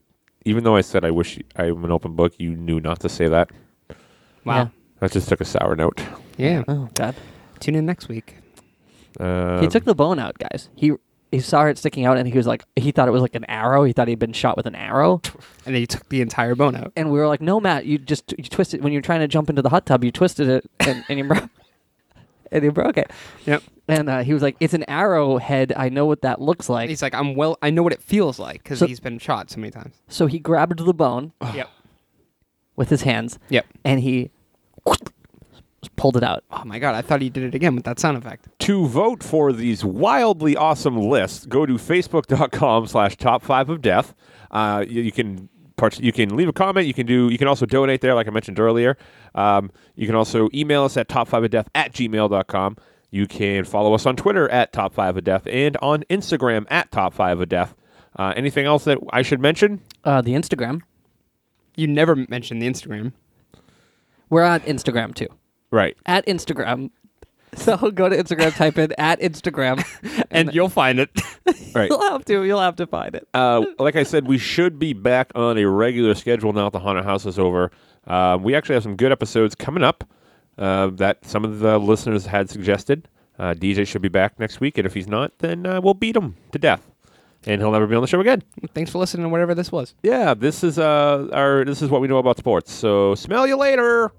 Speaker 1: even though I said I wish I'm an open book, you knew not to say that.
Speaker 3: Wow.
Speaker 1: That just took a sour note.
Speaker 3: Yeah.
Speaker 2: Oh God.
Speaker 3: Tune in next week.
Speaker 1: Um,
Speaker 2: he took the bone out, guys. He he saw it sticking out, and he was like, he thought it was like an arrow. He thought he'd been shot with an arrow.
Speaker 3: And then you took the entire bone out.
Speaker 2: And we were like, no, Matt, you just you twisted when you're trying to jump into the hot tub. You twisted it, and, and you broke. And you broke it.
Speaker 3: Yep.
Speaker 2: And uh, he was like, "It's an arrowhead. I know what that looks like."
Speaker 3: He's like, I'm well. I know what it feels like because
Speaker 2: So-
Speaker 3: he's been shot so many times.
Speaker 2: So he grabbed the bone
Speaker 3: yep.
Speaker 2: with his hands
Speaker 3: Yep.
Speaker 2: and he pulled it out.
Speaker 3: Oh my god! I thought he did it again with that sound effect.
Speaker 1: To vote for these wildly awesome lists, go to facebook.com slash top five of death. Uh, you, you can part- you can leave a comment. You can do. You can also donate there, like I mentioned earlier. Um, you can also email us at top five of death at gmail.com. You can follow us on Twitter at top five of death and on Instagram at top five of death. Uh, anything else that I should mention?
Speaker 2: Uh, the Instagram.
Speaker 3: You never mentioned the Instagram.
Speaker 2: We're on Instagram too.
Speaker 1: Right.
Speaker 2: At Instagram. So go to Instagram, type in at Instagram, and,
Speaker 3: you'll find it.
Speaker 1: Right.
Speaker 2: you'll have to you'll have to find it.
Speaker 1: uh, like I said, we should be back on a regular schedule now that the haunted house is over. Uh, we actually have some good episodes coming up uh, that some of the listeners had suggested. Uh, DJ should be back next week, and if he's not, then uh, we'll beat him to death, and he'll never be on the show again.
Speaker 3: Thanks for listening to whatever this was.
Speaker 1: Yeah, this is uh, our this is what we know about sports. So smell you later.